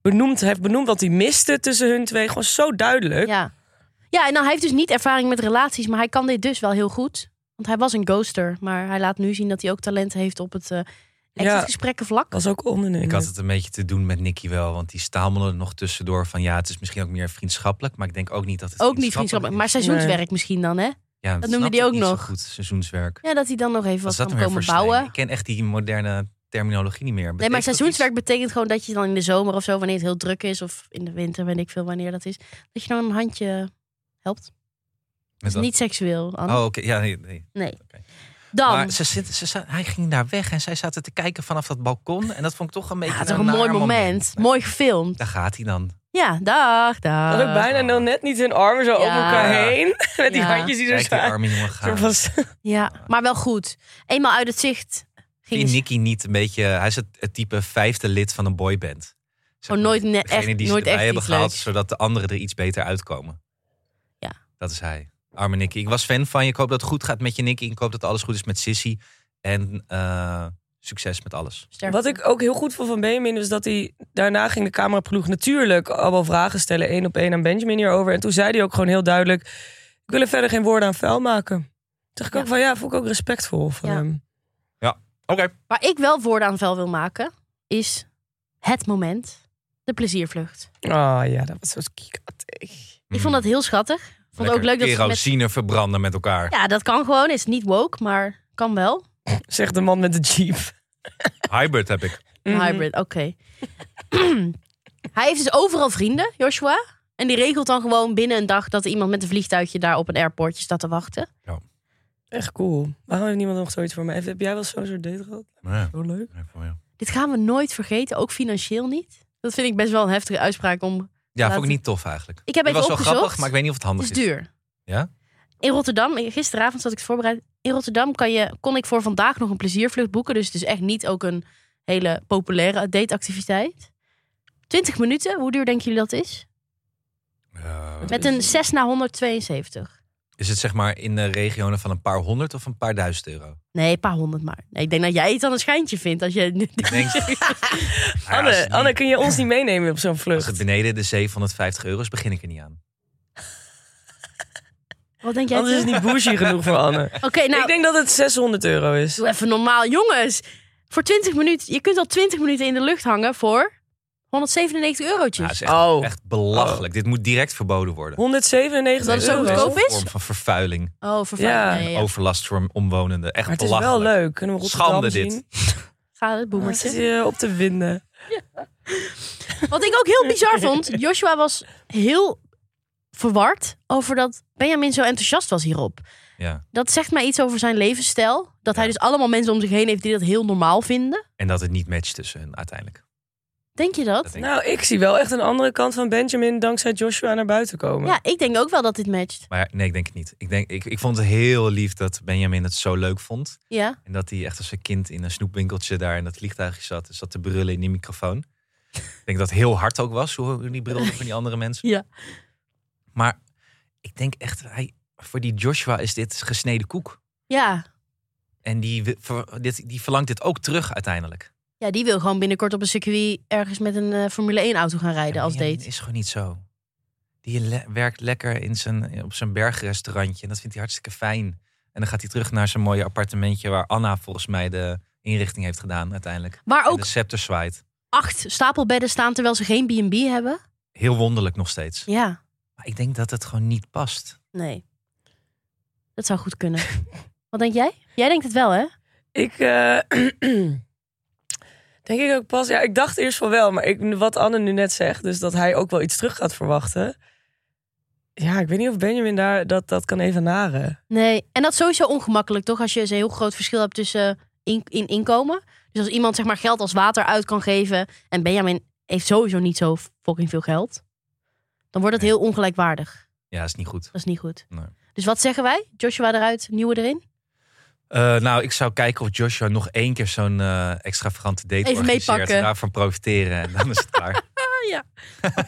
[SPEAKER 2] Benoemd, hij heeft benoemd wat hij miste tussen hun twee. Gewoon zo duidelijk.
[SPEAKER 1] Ja. ja, en dan hij heeft dus niet ervaring met relaties. Maar hij kan dit dus wel heel goed. Want hij was een ghoster. Maar hij laat nu zien dat hij ook talent heeft op het eh exitgesprekken vlak.
[SPEAKER 2] Was ook onder
[SPEAKER 3] Ik had het een beetje te doen met Nicky wel, want die stamelde nog tussendoor van ja, het is misschien ook meer vriendschappelijk, maar ik denk ook niet dat het
[SPEAKER 1] Ook niet vriendschappelijk. Maar seizoenswerk misschien dan, hè?
[SPEAKER 3] ja, dat
[SPEAKER 1] noemde
[SPEAKER 3] snapte
[SPEAKER 1] die
[SPEAKER 3] ik
[SPEAKER 1] ook
[SPEAKER 3] niet zo
[SPEAKER 1] nog.
[SPEAKER 3] goed seizoenswerk.
[SPEAKER 1] Ja, dat hij dan nog even
[SPEAKER 3] Wat
[SPEAKER 1] wat
[SPEAKER 3] is dat
[SPEAKER 1] kan
[SPEAKER 3] nou
[SPEAKER 1] komen
[SPEAKER 3] weer voor slang?
[SPEAKER 1] bouwen.
[SPEAKER 3] Ik ken echt die moderne terminologie niet meer.
[SPEAKER 1] Nee, maar
[SPEAKER 3] Betekent dat
[SPEAKER 1] seizoenswerk betekent gewoon dat je dan in de zomer of zo, wanneer het heel druk is, of in de winter, weet ik veel wanneer dat is, dat je dan een handje helpt.
[SPEAKER 3] iets
[SPEAKER 1] Dat
[SPEAKER 3] met
[SPEAKER 1] is
[SPEAKER 3] dat?
[SPEAKER 1] niet seksueel. Anne.
[SPEAKER 3] Oh, oké. Ja, nee. nee.
[SPEAKER 1] nee.
[SPEAKER 3] oké.
[SPEAKER 1] Dan.
[SPEAKER 3] Maar ze zitten, ze, za- hij ging daar weg en zij zaten te kijken vanaf dat balkon. En dat vond ik toch een beetje
[SPEAKER 1] ja, toch een
[SPEAKER 3] naar
[SPEAKER 1] mooi moment.
[SPEAKER 3] Nee,
[SPEAKER 1] Mooi gefilmd.
[SPEAKER 3] Daar gaat hij dan.
[SPEAKER 1] Ja, dag, dag.
[SPEAKER 2] Had
[SPEAKER 3] Ah.
[SPEAKER 2] ook bijna nou net niet hun armen zo over
[SPEAKER 1] Ja.
[SPEAKER 2] elkaar heen. Met die
[SPEAKER 1] Ja.
[SPEAKER 2] handjes die er
[SPEAKER 3] Kijk die
[SPEAKER 2] staan.
[SPEAKER 3] arme jongen
[SPEAKER 2] Zo
[SPEAKER 3] gaan.
[SPEAKER 2] van-
[SPEAKER 1] Ja, maar wel goed. Eenmaal uit het zicht ging
[SPEAKER 3] Vind
[SPEAKER 1] ze
[SPEAKER 3] Nicky niet een beetje... Hij is het, het type vijfde lid van een boyband. Zeg
[SPEAKER 1] Oh,
[SPEAKER 3] maar,
[SPEAKER 1] nooit ne-
[SPEAKER 3] degene
[SPEAKER 1] echt-
[SPEAKER 3] die ze
[SPEAKER 1] nooit
[SPEAKER 3] erbij
[SPEAKER 1] echt
[SPEAKER 3] hebben
[SPEAKER 1] iets
[SPEAKER 3] gehaald,
[SPEAKER 1] leuks.
[SPEAKER 3] zodat de anderen er iets beter uitkomen.
[SPEAKER 1] Ja.
[SPEAKER 3] Dat is hij. Arme Nicky. Ik was fan van je. Ik hoop dat het goed gaat met je, Nicky. Ik hoop dat alles goed is met Sissy. En eh, succes met alles.
[SPEAKER 1] sterk.
[SPEAKER 2] Wat ik ook heel goed vond van Benjamin is dat hij daarna ging de cameraploeg natuurlijk allemaal vragen stellen één op één aan Benjamin hierover. En toen zei hij ook gewoon heel duidelijk: ik wil er verder geen woorden aan vuil maken. Toen dacht ik
[SPEAKER 1] Ja.
[SPEAKER 2] ook van ja, vond ik ook respectvol van
[SPEAKER 1] Ja.
[SPEAKER 2] hem.
[SPEAKER 3] Oké.
[SPEAKER 1] Waar ik wel woorden aan vuil wil maken, is het moment. De pleziervlucht.
[SPEAKER 2] Ah ja, dat was zo kiekatig.
[SPEAKER 1] Ik
[SPEAKER 3] Hmm.
[SPEAKER 1] vond dat heel schattig. Vond ook leuk dat ze met...
[SPEAKER 3] Mhm. kerosine verbranden met elkaar.
[SPEAKER 1] Ja, dat kan gewoon. Is niet woke, maar kan wel.
[SPEAKER 2] Zegt de man met de jeep.
[SPEAKER 3] Hybrid heb ik.
[SPEAKER 1] Een
[SPEAKER 2] Mhm.
[SPEAKER 1] Hybrid, oké. hij heeft dus overal vrienden, Joshua. En die regelt dan gewoon binnen een dag dat er iemand met een vliegtuigje daar op een airportje staat te wachten.
[SPEAKER 2] Echt cool. Waarom heeft niemand nog zoiets voor mij? Heb heb jij wel zo'n soort date gehad?
[SPEAKER 3] Ja,
[SPEAKER 2] Zo leuk.
[SPEAKER 1] Dit gaan we nooit vergeten, ook financieel niet. Dat vind ik best wel een heftige uitspraak om.
[SPEAKER 3] ja vond
[SPEAKER 1] Laten-
[SPEAKER 3] ik niet tof eigenlijk.
[SPEAKER 1] Ik heb
[SPEAKER 3] Het
[SPEAKER 1] even
[SPEAKER 3] was wel
[SPEAKER 1] opgezocht.
[SPEAKER 3] grappig, maar ik weet niet of het
[SPEAKER 1] Het
[SPEAKER 3] handig
[SPEAKER 1] is duur.
[SPEAKER 3] Ja?
[SPEAKER 1] In Rotterdam, gisteravond zat ik het voorbereid. In Rotterdam kan je, kon ik voor vandaag nog een pleziervlucht boeken. Dus het is echt niet ook een hele populaire dateactiviteit. 20 minuten, hoe duur denken jullie dat is?
[SPEAKER 3] Eh,
[SPEAKER 1] Met een 6 naar 172.
[SPEAKER 3] is het zeg maar in de regionen van een paar honderd of een paar duizend euro?
[SPEAKER 1] Nee, een paar honderd maar. Nee, ik denk dat jij het dan een schijntje vindt als je.
[SPEAKER 3] Ik denk, Ja, als
[SPEAKER 2] Anne,
[SPEAKER 3] het niet-
[SPEAKER 2] Anne, kun je ons niet meenemen op zo'n
[SPEAKER 3] Als het
[SPEAKER 2] vlucht?
[SPEAKER 3] beneden de 750 euro is, begin ik er niet aan.
[SPEAKER 1] Wat denk jij?
[SPEAKER 2] Anders is
[SPEAKER 1] Tim?
[SPEAKER 2] het niet bougie genoeg voor Anne.
[SPEAKER 1] Oké, nou,
[SPEAKER 2] Ik denk dat het 600 euro is.
[SPEAKER 1] doe even normaal. Jongens, voor 20 minuten. Je kunt al 20 minuten in de lucht hangen voor 197
[SPEAKER 3] Ja,
[SPEAKER 1] eurotjes.
[SPEAKER 3] het is echt,
[SPEAKER 2] Oh.
[SPEAKER 3] echt belachelijk. Dit moet direct verboden worden.
[SPEAKER 2] 197
[SPEAKER 1] Dat het zo
[SPEAKER 2] euro.
[SPEAKER 1] goedkoop
[SPEAKER 3] Een
[SPEAKER 1] is?
[SPEAKER 3] vorm van vervuiling.
[SPEAKER 1] oh, vervelend.
[SPEAKER 2] Ja.
[SPEAKER 1] Nee, ja.
[SPEAKER 3] Overlast voor omwonenden. Echt
[SPEAKER 2] Maar het is
[SPEAKER 3] belachelijk.
[SPEAKER 2] wel leuk. Kunnen we Rotterdam
[SPEAKER 3] Schande
[SPEAKER 2] zien?
[SPEAKER 3] dit.
[SPEAKER 1] Ga het
[SPEAKER 2] Maar zit
[SPEAKER 1] boemertje.
[SPEAKER 2] je op te winden?
[SPEAKER 1] Wat ik ook heel bizar vond. Joshua was heel verward over dat Benjamin zo enthousiast was hierop.
[SPEAKER 3] Ja.
[SPEAKER 1] Dat zegt mij iets over zijn levensstijl. Dat hij
[SPEAKER 3] Ja.
[SPEAKER 1] dus allemaal mensen om zich heen heeft die dat heel normaal vinden.
[SPEAKER 3] En dat het niet matcht tussen hen uiteindelijk.
[SPEAKER 1] Denk je dat?
[SPEAKER 3] Dat denk ik.
[SPEAKER 2] Nou, ik zie wel echt een andere kant van Benjamin dankzij Joshua naar buiten komen.
[SPEAKER 1] Ja, ik denk ook wel dat dit matcht.
[SPEAKER 3] Maar nee, ik denk het niet. Ik, denk, ik, ik vond het heel lief dat Benjamin het zo leuk vond.
[SPEAKER 1] Ja.
[SPEAKER 3] En dat hij echt als een kind in een snoepwinkeltje daar in dat vliegtuigje zat. En zat te brullen in die microfoon. ik denk dat het heel hard ook was, hoe hoe die brulde van die andere mensen.
[SPEAKER 1] Ja.
[SPEAKER 3] Maar ik denk echt, hij, voor die Joshua is dit gesneden koek.
[SPEAKER 1] Ja.
[SPEAKER 3] En die, wi- ver- dit, die verlangt dit ook terug uiteindelijk.
[SPEAKER 1] Ja, die wil gewoon binnenkort op een circuit ergens met een eh, Formule 1 auto gaan rijden
[SPEAKER 3] En
[SPEAKER 1] als
[SPEAKER 3] Benjamin
[SPEAKER 1] date.
[SPEAKER 3] is gewoon niet zo. Die le- werkt lekker in zijn, op zijn bergrestaurantje. En dat vindt hij hartstikke fijn. En dan gaat hij terug naar zijn mooie appartementje... waar Anna volgens mij de inrichting heeft gedaan uiteindelijk.
[SPEAKER 1] Waar
[SPEAKER 3] En
[SPEAKER 1] ook
[SPEAKER 3] de scepter zwaait.
[SPEAKER 1] acht stapelbedden staan terwijl ze geen B&B hebben.
[SPEAKER 3] Heel wonderlijk nog steeds.
[SPEAKER 1] Ja,
[SPEAKER 3] Maar ik denk dat het gewoon niet past.
[SPEAKER 1] nee. Dat zou goed kunnen. Wat denk jij? Jij denkt het wel, hè?
[SPEAKER 2] Ik eh, denk ik ook pas. Ja, ik dacht eerst van wel, maar ik, wat Anne nu net zegt, dus dat hij ook wel iets terug gaat verwachten. Ja, ik weet niet of Benjamin daar dat, dat kan evenaren.
[SPEAKER 1] Nee. En dat is sowieso ongemakkelijk, toch? Als je eens een heel groot verschil hebt tussen eh, in, in inkomen. Dus als iemand zeg maar geld als water uit kan geven... en Benjamin heeft sowieso niet zo fucking veel geld... dan wordt het
[SPEAKER 3] Nee.
[SPEAKER 1] heel ongelijkwaardig.
[SPEAKER 3] Ja, is niet goed.
[SPEAKER 1] Dat is niet goed.
[SPEAKER 3] Nee.
[SPEAKER 1] Dus wat zeggen wij? Joshua eruit, nieuwe erin?
[SPEAKER 3] Eh, nou, ik zou kijken of Joshua nog één keer zo'n eh, extravagante date
[SPEAKER 1] Even
[SPEAKER 3] organiseert.
[SPEAKER 1] meepakken.
[SPEAKER 3] En daarvan profiteren. En dan is het klaar.
[SPEAKER 1] Oké.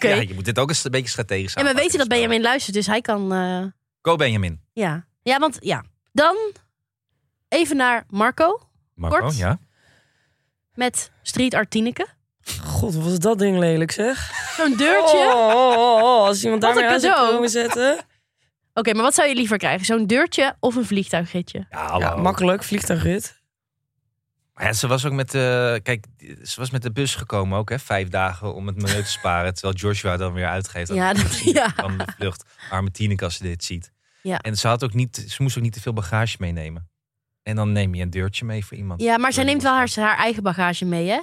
[SPEAKER 3] Ja, je moet dit ook eens een beetje
[SPEAKER 1] en
[SPEAKER 3] strategisch
[SPEAKER 1] we
[SPEAKER 3] aanpakken.
[SPEAKER 1] weten dat Benjamin luistert, dus hij kan... eh,
[SPEAKER 3] Go Benjamin.
[SPEAKER 1] Ja. Ja, want ja. Dan even naar Marco
[SPEAKER 3] Marco,
[SPEAKER 1] Kort.
[SPEAKER 3] ja.
[SPEAKER 1] met Street Art Tineke.
[SPEAKER 2] God, wat is dat ding lelijk, zeg?
[SPEAKER 1] Zo'n deurtje.
[SPEAKER 2] Oh, oh, oh, oh, als iemand
[SPEAKER 1] Wat
[SPEAKER 2] daarmee
[SPEAKER 1] een
[SPEAKER 2] aan zou
[SPEAKER 1] cadeau.
[SPEAKER 2] komen zetten.
[SPEAKER 1] Oké, maar wat zou je liever krijgen? Zo'n deurtje of een vliegtuigritje?
[SPEAKER 3] Ja, hallo.
[SPEAKER 2] Ja, makkelijk, vliegtuigrit.
[SPEAKER 3] Maar Ja, ze was ook met de, kijk, ze was met de bus gekomen ook, hè, vijf dagen om het milieu te sparen. terwijl Joshua dan weer uitgeeft. aan
[SPEAKER 1] Ja,
[SPEAKER 3] de
[SPEAKER 1] dat-
[SPEAKER 3] plezier
[SPEAKER 1] ja.
[SPEAKER 3] van de vlucht. Arme Tineke als ze dit ziet.
[SPEAKER 1] Ja.
[SPEAKER 3] En ze, had ook niet, ze moest ook niet te veel bagage meenemen. En dan neem je een deurtje mee voor iemand.
[SPEAKER 1] Ja, maar zij neemt wel haar, haar eigen bagage mee, hè?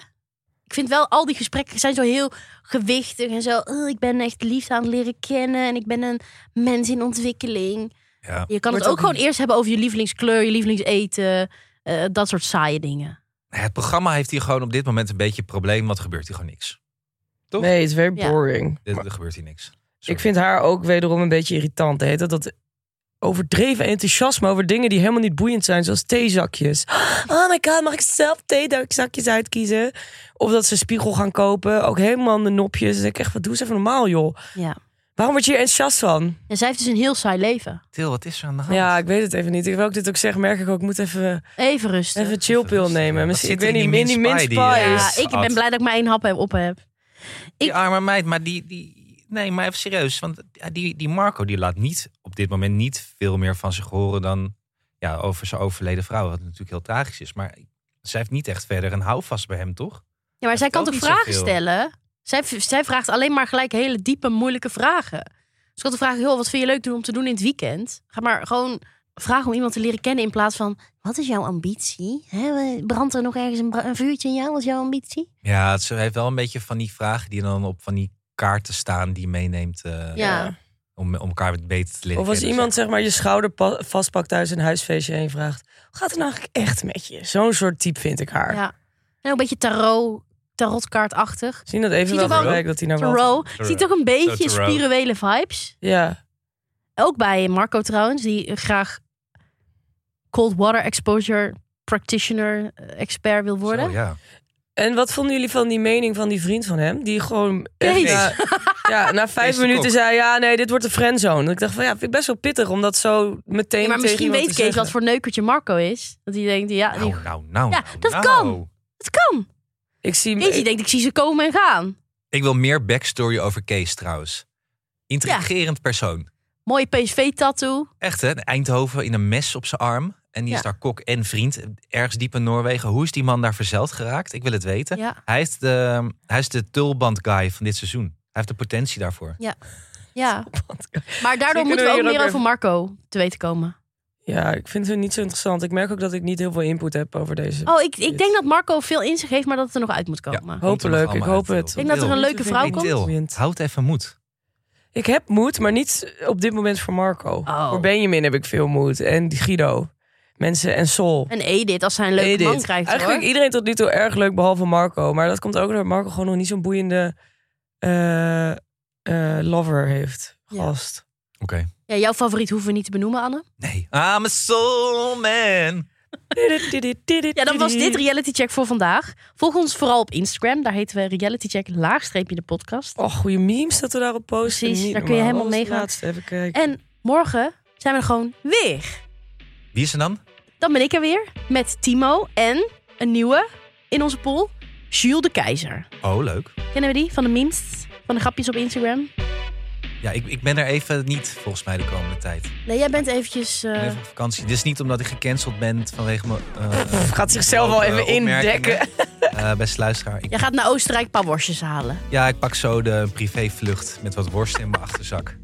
[SPEAKER 1] Ik vind wel, al die gesprekken zijn zo heel gewichtig en zo. "Oh, ik ben echt liefde aan het leren kennen en ik ben een mens in ontwikkeling.
[SPEAKER 3] Ja.
[SPEAKER 1] Je kan het
[SPEAKER 2] Wordt
[SPEAKER 1] ook
[SPEAKER 2] ook
[SPEAKER 1] gewoon eerst hebben over je lievelingskleur, je lievelingseten, eh, dat soort saaie dingen.
[SPEAKER 3] Het programma heeft hier gewoon op dit moment een beetje een probleem. Want er gebeurt hier gewoon niks. Toch?
[SPEAKER 2] Nee, het is very
[SPEAKER 1] Ja.
[SPEAKER 2] boring.
[SPEAKER 3] Er,
[SPEAKER 2] Maar
[SPEAKER 3] er gebeurt hier niks.
[SPEAKER 2] ik vind haar ook wederom een beetje irritant. Heet dat, dat overdreven enthousiasme over dingen die helemaal niet boeiend zijn, zoals theezakjes. Oh my god, mag ik zelf theezakjes uitkiezen? Of dat ze een spiegel gaan kopen, ook helemaal de nopjes. Dan denk ik echt, wat doe ze even normaal, joh?
[SPEAKER 1] Ja.
[SPEAKER 2] Waarom word je hier enthousiast van?
[SPEAKER 1] En zij heeft dus een heel saai leven.
[SPEAKER 3] Til, wat is er aan de hand?
[SPEAKER 2] Ja, ik weet het even niet. Ik wil ook dit ook zeggen, merk ik ook, ik moet even,
[SPEAKER 1] Even rustig.
[SPEAKER 2] even chillpil
[SPEAKER 3] rustig, ja.
[SPEAKER 2] nemen.
[SPEAKER 3] Wat
[SPEAKER 2] Misschien, ik
[SPEAKER 3] zit
[SPEAKER 2] weet
[SPEAKER 3] er in
[SPEAKER 2] niet,
[SPEAKER 3] die
[SPEAKER 2] in die mince
[SPEAKER 3] mince pie
[SPEAKER 2] pie.
[SPEAKER 3] die, eh,
[SPEAKER 2] is-
[SPEAKER 1] Ja, ik ben blij dat ik maar één hap heb- op heb.
[SPEAKER 3] Die
[SPEAKER 1] Ik-
[SPEAKER 3] arme meid, maar die, die... Nee, maar even serieus. Want ja, die, die Marco die laat niet op dit moment niet veel meer van zich horen dan ja, over zijn overleden vrouw. Wat natuurlijk heel tragisch is. Maar zij heeft niet echt verder een houvast bij hem, toch?
[SPEAKER 1] Ja, maar zij kan
[SPEAKER 3] ook
[SPEAKER 1] toch
[SPEAKER 3] niet
[SPEAKER 1] vragen
[SPEAKER 3] zoveel.
[SPEAKER 1] stellen? Zij, zij vraagt alleen maar gelijk hele diepe, moeilijke vragen. Dus ik had de vraag, joh, wat vind je leuk doen om te doen in het weekend? Ga maar gewoon vragen om iemand te leren kennen in plaats van... Wat is jouw ambitie? Hè, brandt er nog ergens een, bra- een vuurtje in jou? Wat is jouw ambitie?
[SPEAKER 3] Ja, het- ze heeft wel een beetje van die vragen die dan op van die kaarten staan die je meeneemt eh,
[SPEAKER 1] Ja.
[SPEAKER 3] om, om elkaar wat beter te leren
[SPEAKER 2] Of als
[SPEAKER 3] kennen,
[SPEAKER 2] iemand
[SPEAKER 3] zeg
[SPEAKER 2] zeg maar je schouder pa- vastpakt tijdens een huisfeestje en je vraagt... Hoe gaat het nou eigenlijk echt met je? Zo'n soort type vind ik haar.
[SPEAKER 1] Ja. En ook een beetje tarot, tarotkaartachtig.
[SPEAKER 2] Zien dat even
[SPEAKER 1] Ziet
[SPEAKER 2] wel
[SPEAKER 1] ook wel-
[SPEAKER 2] belangrijk dat hij nou wel...
[SPEAKER 1] Tarot. Ziet toch een beetje
[SPEAKER 3] Tarot.
[SPEAKER 1] spirituele vibes?
[SPEAKER 2] Ja,
[SPEAKER 1] Ook bij Marco trouwens, die graag cold water exposure practitioner eh, expert wil
[SPEAKER 3] maar.
[SPEAKER 1] worden.
[SPEAKER 3] Zo, ja.
[SPEAKER 2] en wat vonden jullie van die mening van die vriend van hem? Die gewoon... echt
[SPEAKER 1] Kees.
[SPEAKER 2] na- ja, na vijf
[SPEAKER 3] Kees de
[SPEAKER 2] minuten
[SPEAKER 3] Kok.
[SPEAKER 2] zei... Ja, nee, dit wordt de friendzone. Dat Ik dacht van ja, vind ik best wel pittig om dat zo meteen
[SPEAKER 1] Ja, maar
[SPEAKER 2] tegen
[SPEAKER 1] misschien
[SPEAKER 2] iemand
[SPEAKER 1] weet
[SPEAKER 2] te
[SPEAKER 1] Kees wat
[SPEAKER 2] zeggen.
[SPEAKER 1] voor neukertje Marco is. Dat hij denkt, ja, die,
[SPEAKER 3] Nou, nou, nou, nou.
[SPEAKER 1] Ja, dat
[SPEAKER 3] nou.
[SPEAKER 1] kan. het kan.
[SPEAKER 2] Ik zie...
[SPEAKER 1] Kees die
[SPEAKER 2] ik-
[SPEAKER 1] denkt, ik zie ze komen en gaan.
[SPEAKER 3] Ik wil meer backstory over Kees trouwens. Intrigerend persoon.
[SPEAKER 1] Mooie PSV-tattoo.
[SPEAKER 3] Echt hè, Eindhoven in een mes op zijn arm. En die
[SPEAKER 1] Ja.
[SPEAKER 3] is daar kok en vriend. Ergens diep in Noorwegen. Hoe is die man daar verzeild geraakt? Ik wil het weten.
[SPEAKER 1] Ja.
[SPEAKER 3] Hij, heeft de, hij is de tulband guy van dit seizoen. Hij heeft de potentie daarvoor.
[SPEAKER 1] Ja. Maar daardoor
[SPEAKER 2] Misschien
[SPEAKER 1] moeten we
[SPEAKER 2] kunnen we
[SPEAKER 1] ook
[SPEAKER 2] hier
[SPEAKER 1] meer
[SPEAKER 2] ook
[SPEAKER 1] over Marco te weten komen.
[SPEAKER 2] Ja, ik vind het niet zo interessant. Ik merk ook dat ik niet heel veel input heb over deze.
[SPEAKER 1] Oh, ik, ik
[SPEAKER 2] dit.
[SPEAKER 1] denk dat Marco veel in zich heeft, maar dat het er nog uit moet
[SPEAKER 3] Ja,
[SPEAKER 1] komen.
[SPEAKER 3] komt er nog
[SPEAKER 2] Hopelijk,
[SPEAKER 3] allemaal
[SPEAKER 2] ik hoop
[SPEAKER 3] uit,
[SPEAKER 2] het.
[SPEAKER 3] Til.
[SPEAKER 1] Ik denk dat er een
[SPEAKER 3] Til,
[SPEAKER 1] leuke vrouw
[SPEAKER 3] hey, Til,
[SPEAKER 2] komt.
[SPEAKER 3] houd even moed.
[SPEAKER 2] Ik heb moed, maar niet op dit moment voor Marco.
[SPEAKER 1] Oh.
[SPEAKER 2] Voor Benjamin heb ik veel moed. En Guido. Mensen en Sol.
[SPEAKER 1] En Edith, als zij een leuke
[SPEAKER 2] Edith.
[SPEAKER 1] man krijgt
[SPEAKER 2] Eigenlijk
[SPEAKER 1] hoor.
[SPEAKER 2] iedereen tot nu toe erg leuk, behalve Marco. Maar dat komt ook omdat Marco gewoon nog niet zo'n boeiende eh, eh, lover heeft.
[SPEAKER 1] Ja.
[SPEAKER 2] Gast.
[SPEAKER 1] Ja, jouw favoriet hoeven we niet te benoemen, Anne.
[SPEAKER 3] Nee. I'm a soul man.
[SPEAKER 1] Ja, dan was dit Reality Check voor vandaag. Volg ons vooral op Instagram. Daar heten we Reality Check laagstreepje de podcast.
[SPEAKER 2] Oh, goede memes dat we daarop posten.
[SPEAKER 1] Precies,
[SPEAKER 2] Niet
[SPEAKER 1] daar kun je
[SPEAKER 2] normaal.
[SPEAKER 1] helemaal
[SPEAKER 2] Wat was
[SPEAKER 1] mee gaan.
[SPEAKER 2] de laatste? Even kijken.
[SPEAKER 1] En morgen zijn we er gewoon weer.
[SPEAKER 3] Wie is er dan?
[SPEAKER 1] Dan ben ik er weer met Timo en een nieuwe in onze pool, Jules de Keizer.
[SPEAKER 3] Oh, leuk.
[SPEAKER 1] Kennen we die van de memes, van de grapjes op Instagram?
[SPEAKER 3] Ja, ik, ik ben er even niet volgens mij de komende tijd. Ik
[SPEAKER 1] Nee, jij bent eventjes... eh,
[SPEAKER 3] ben even op vakantie. Dit is niet omdat ik gecanceld ben vanwege mijn... eh,
[SPEAKER 2] Gaat zichzelf wel even
[SPEAKER 3] opmerkingen.
[SPEAKER 2] indekken.
[SPEAKER 3] eh, beste luisteraar. Ik,
[SPEAKER 1] jij gaat naar Oostenrijk een paar worstjes halen.
[SPEAKER 3] ja, ik pak zo de privévlucht met wat worst in mijn achterzak.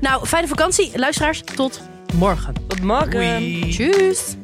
[SPEAKER 1] Nou, fijne vakantie. Luisteraars, tot morgen.
[SPEAKER 2] Wat mag
[SPEAKER 3] Doei.
[SPEAKER 1] Tjus.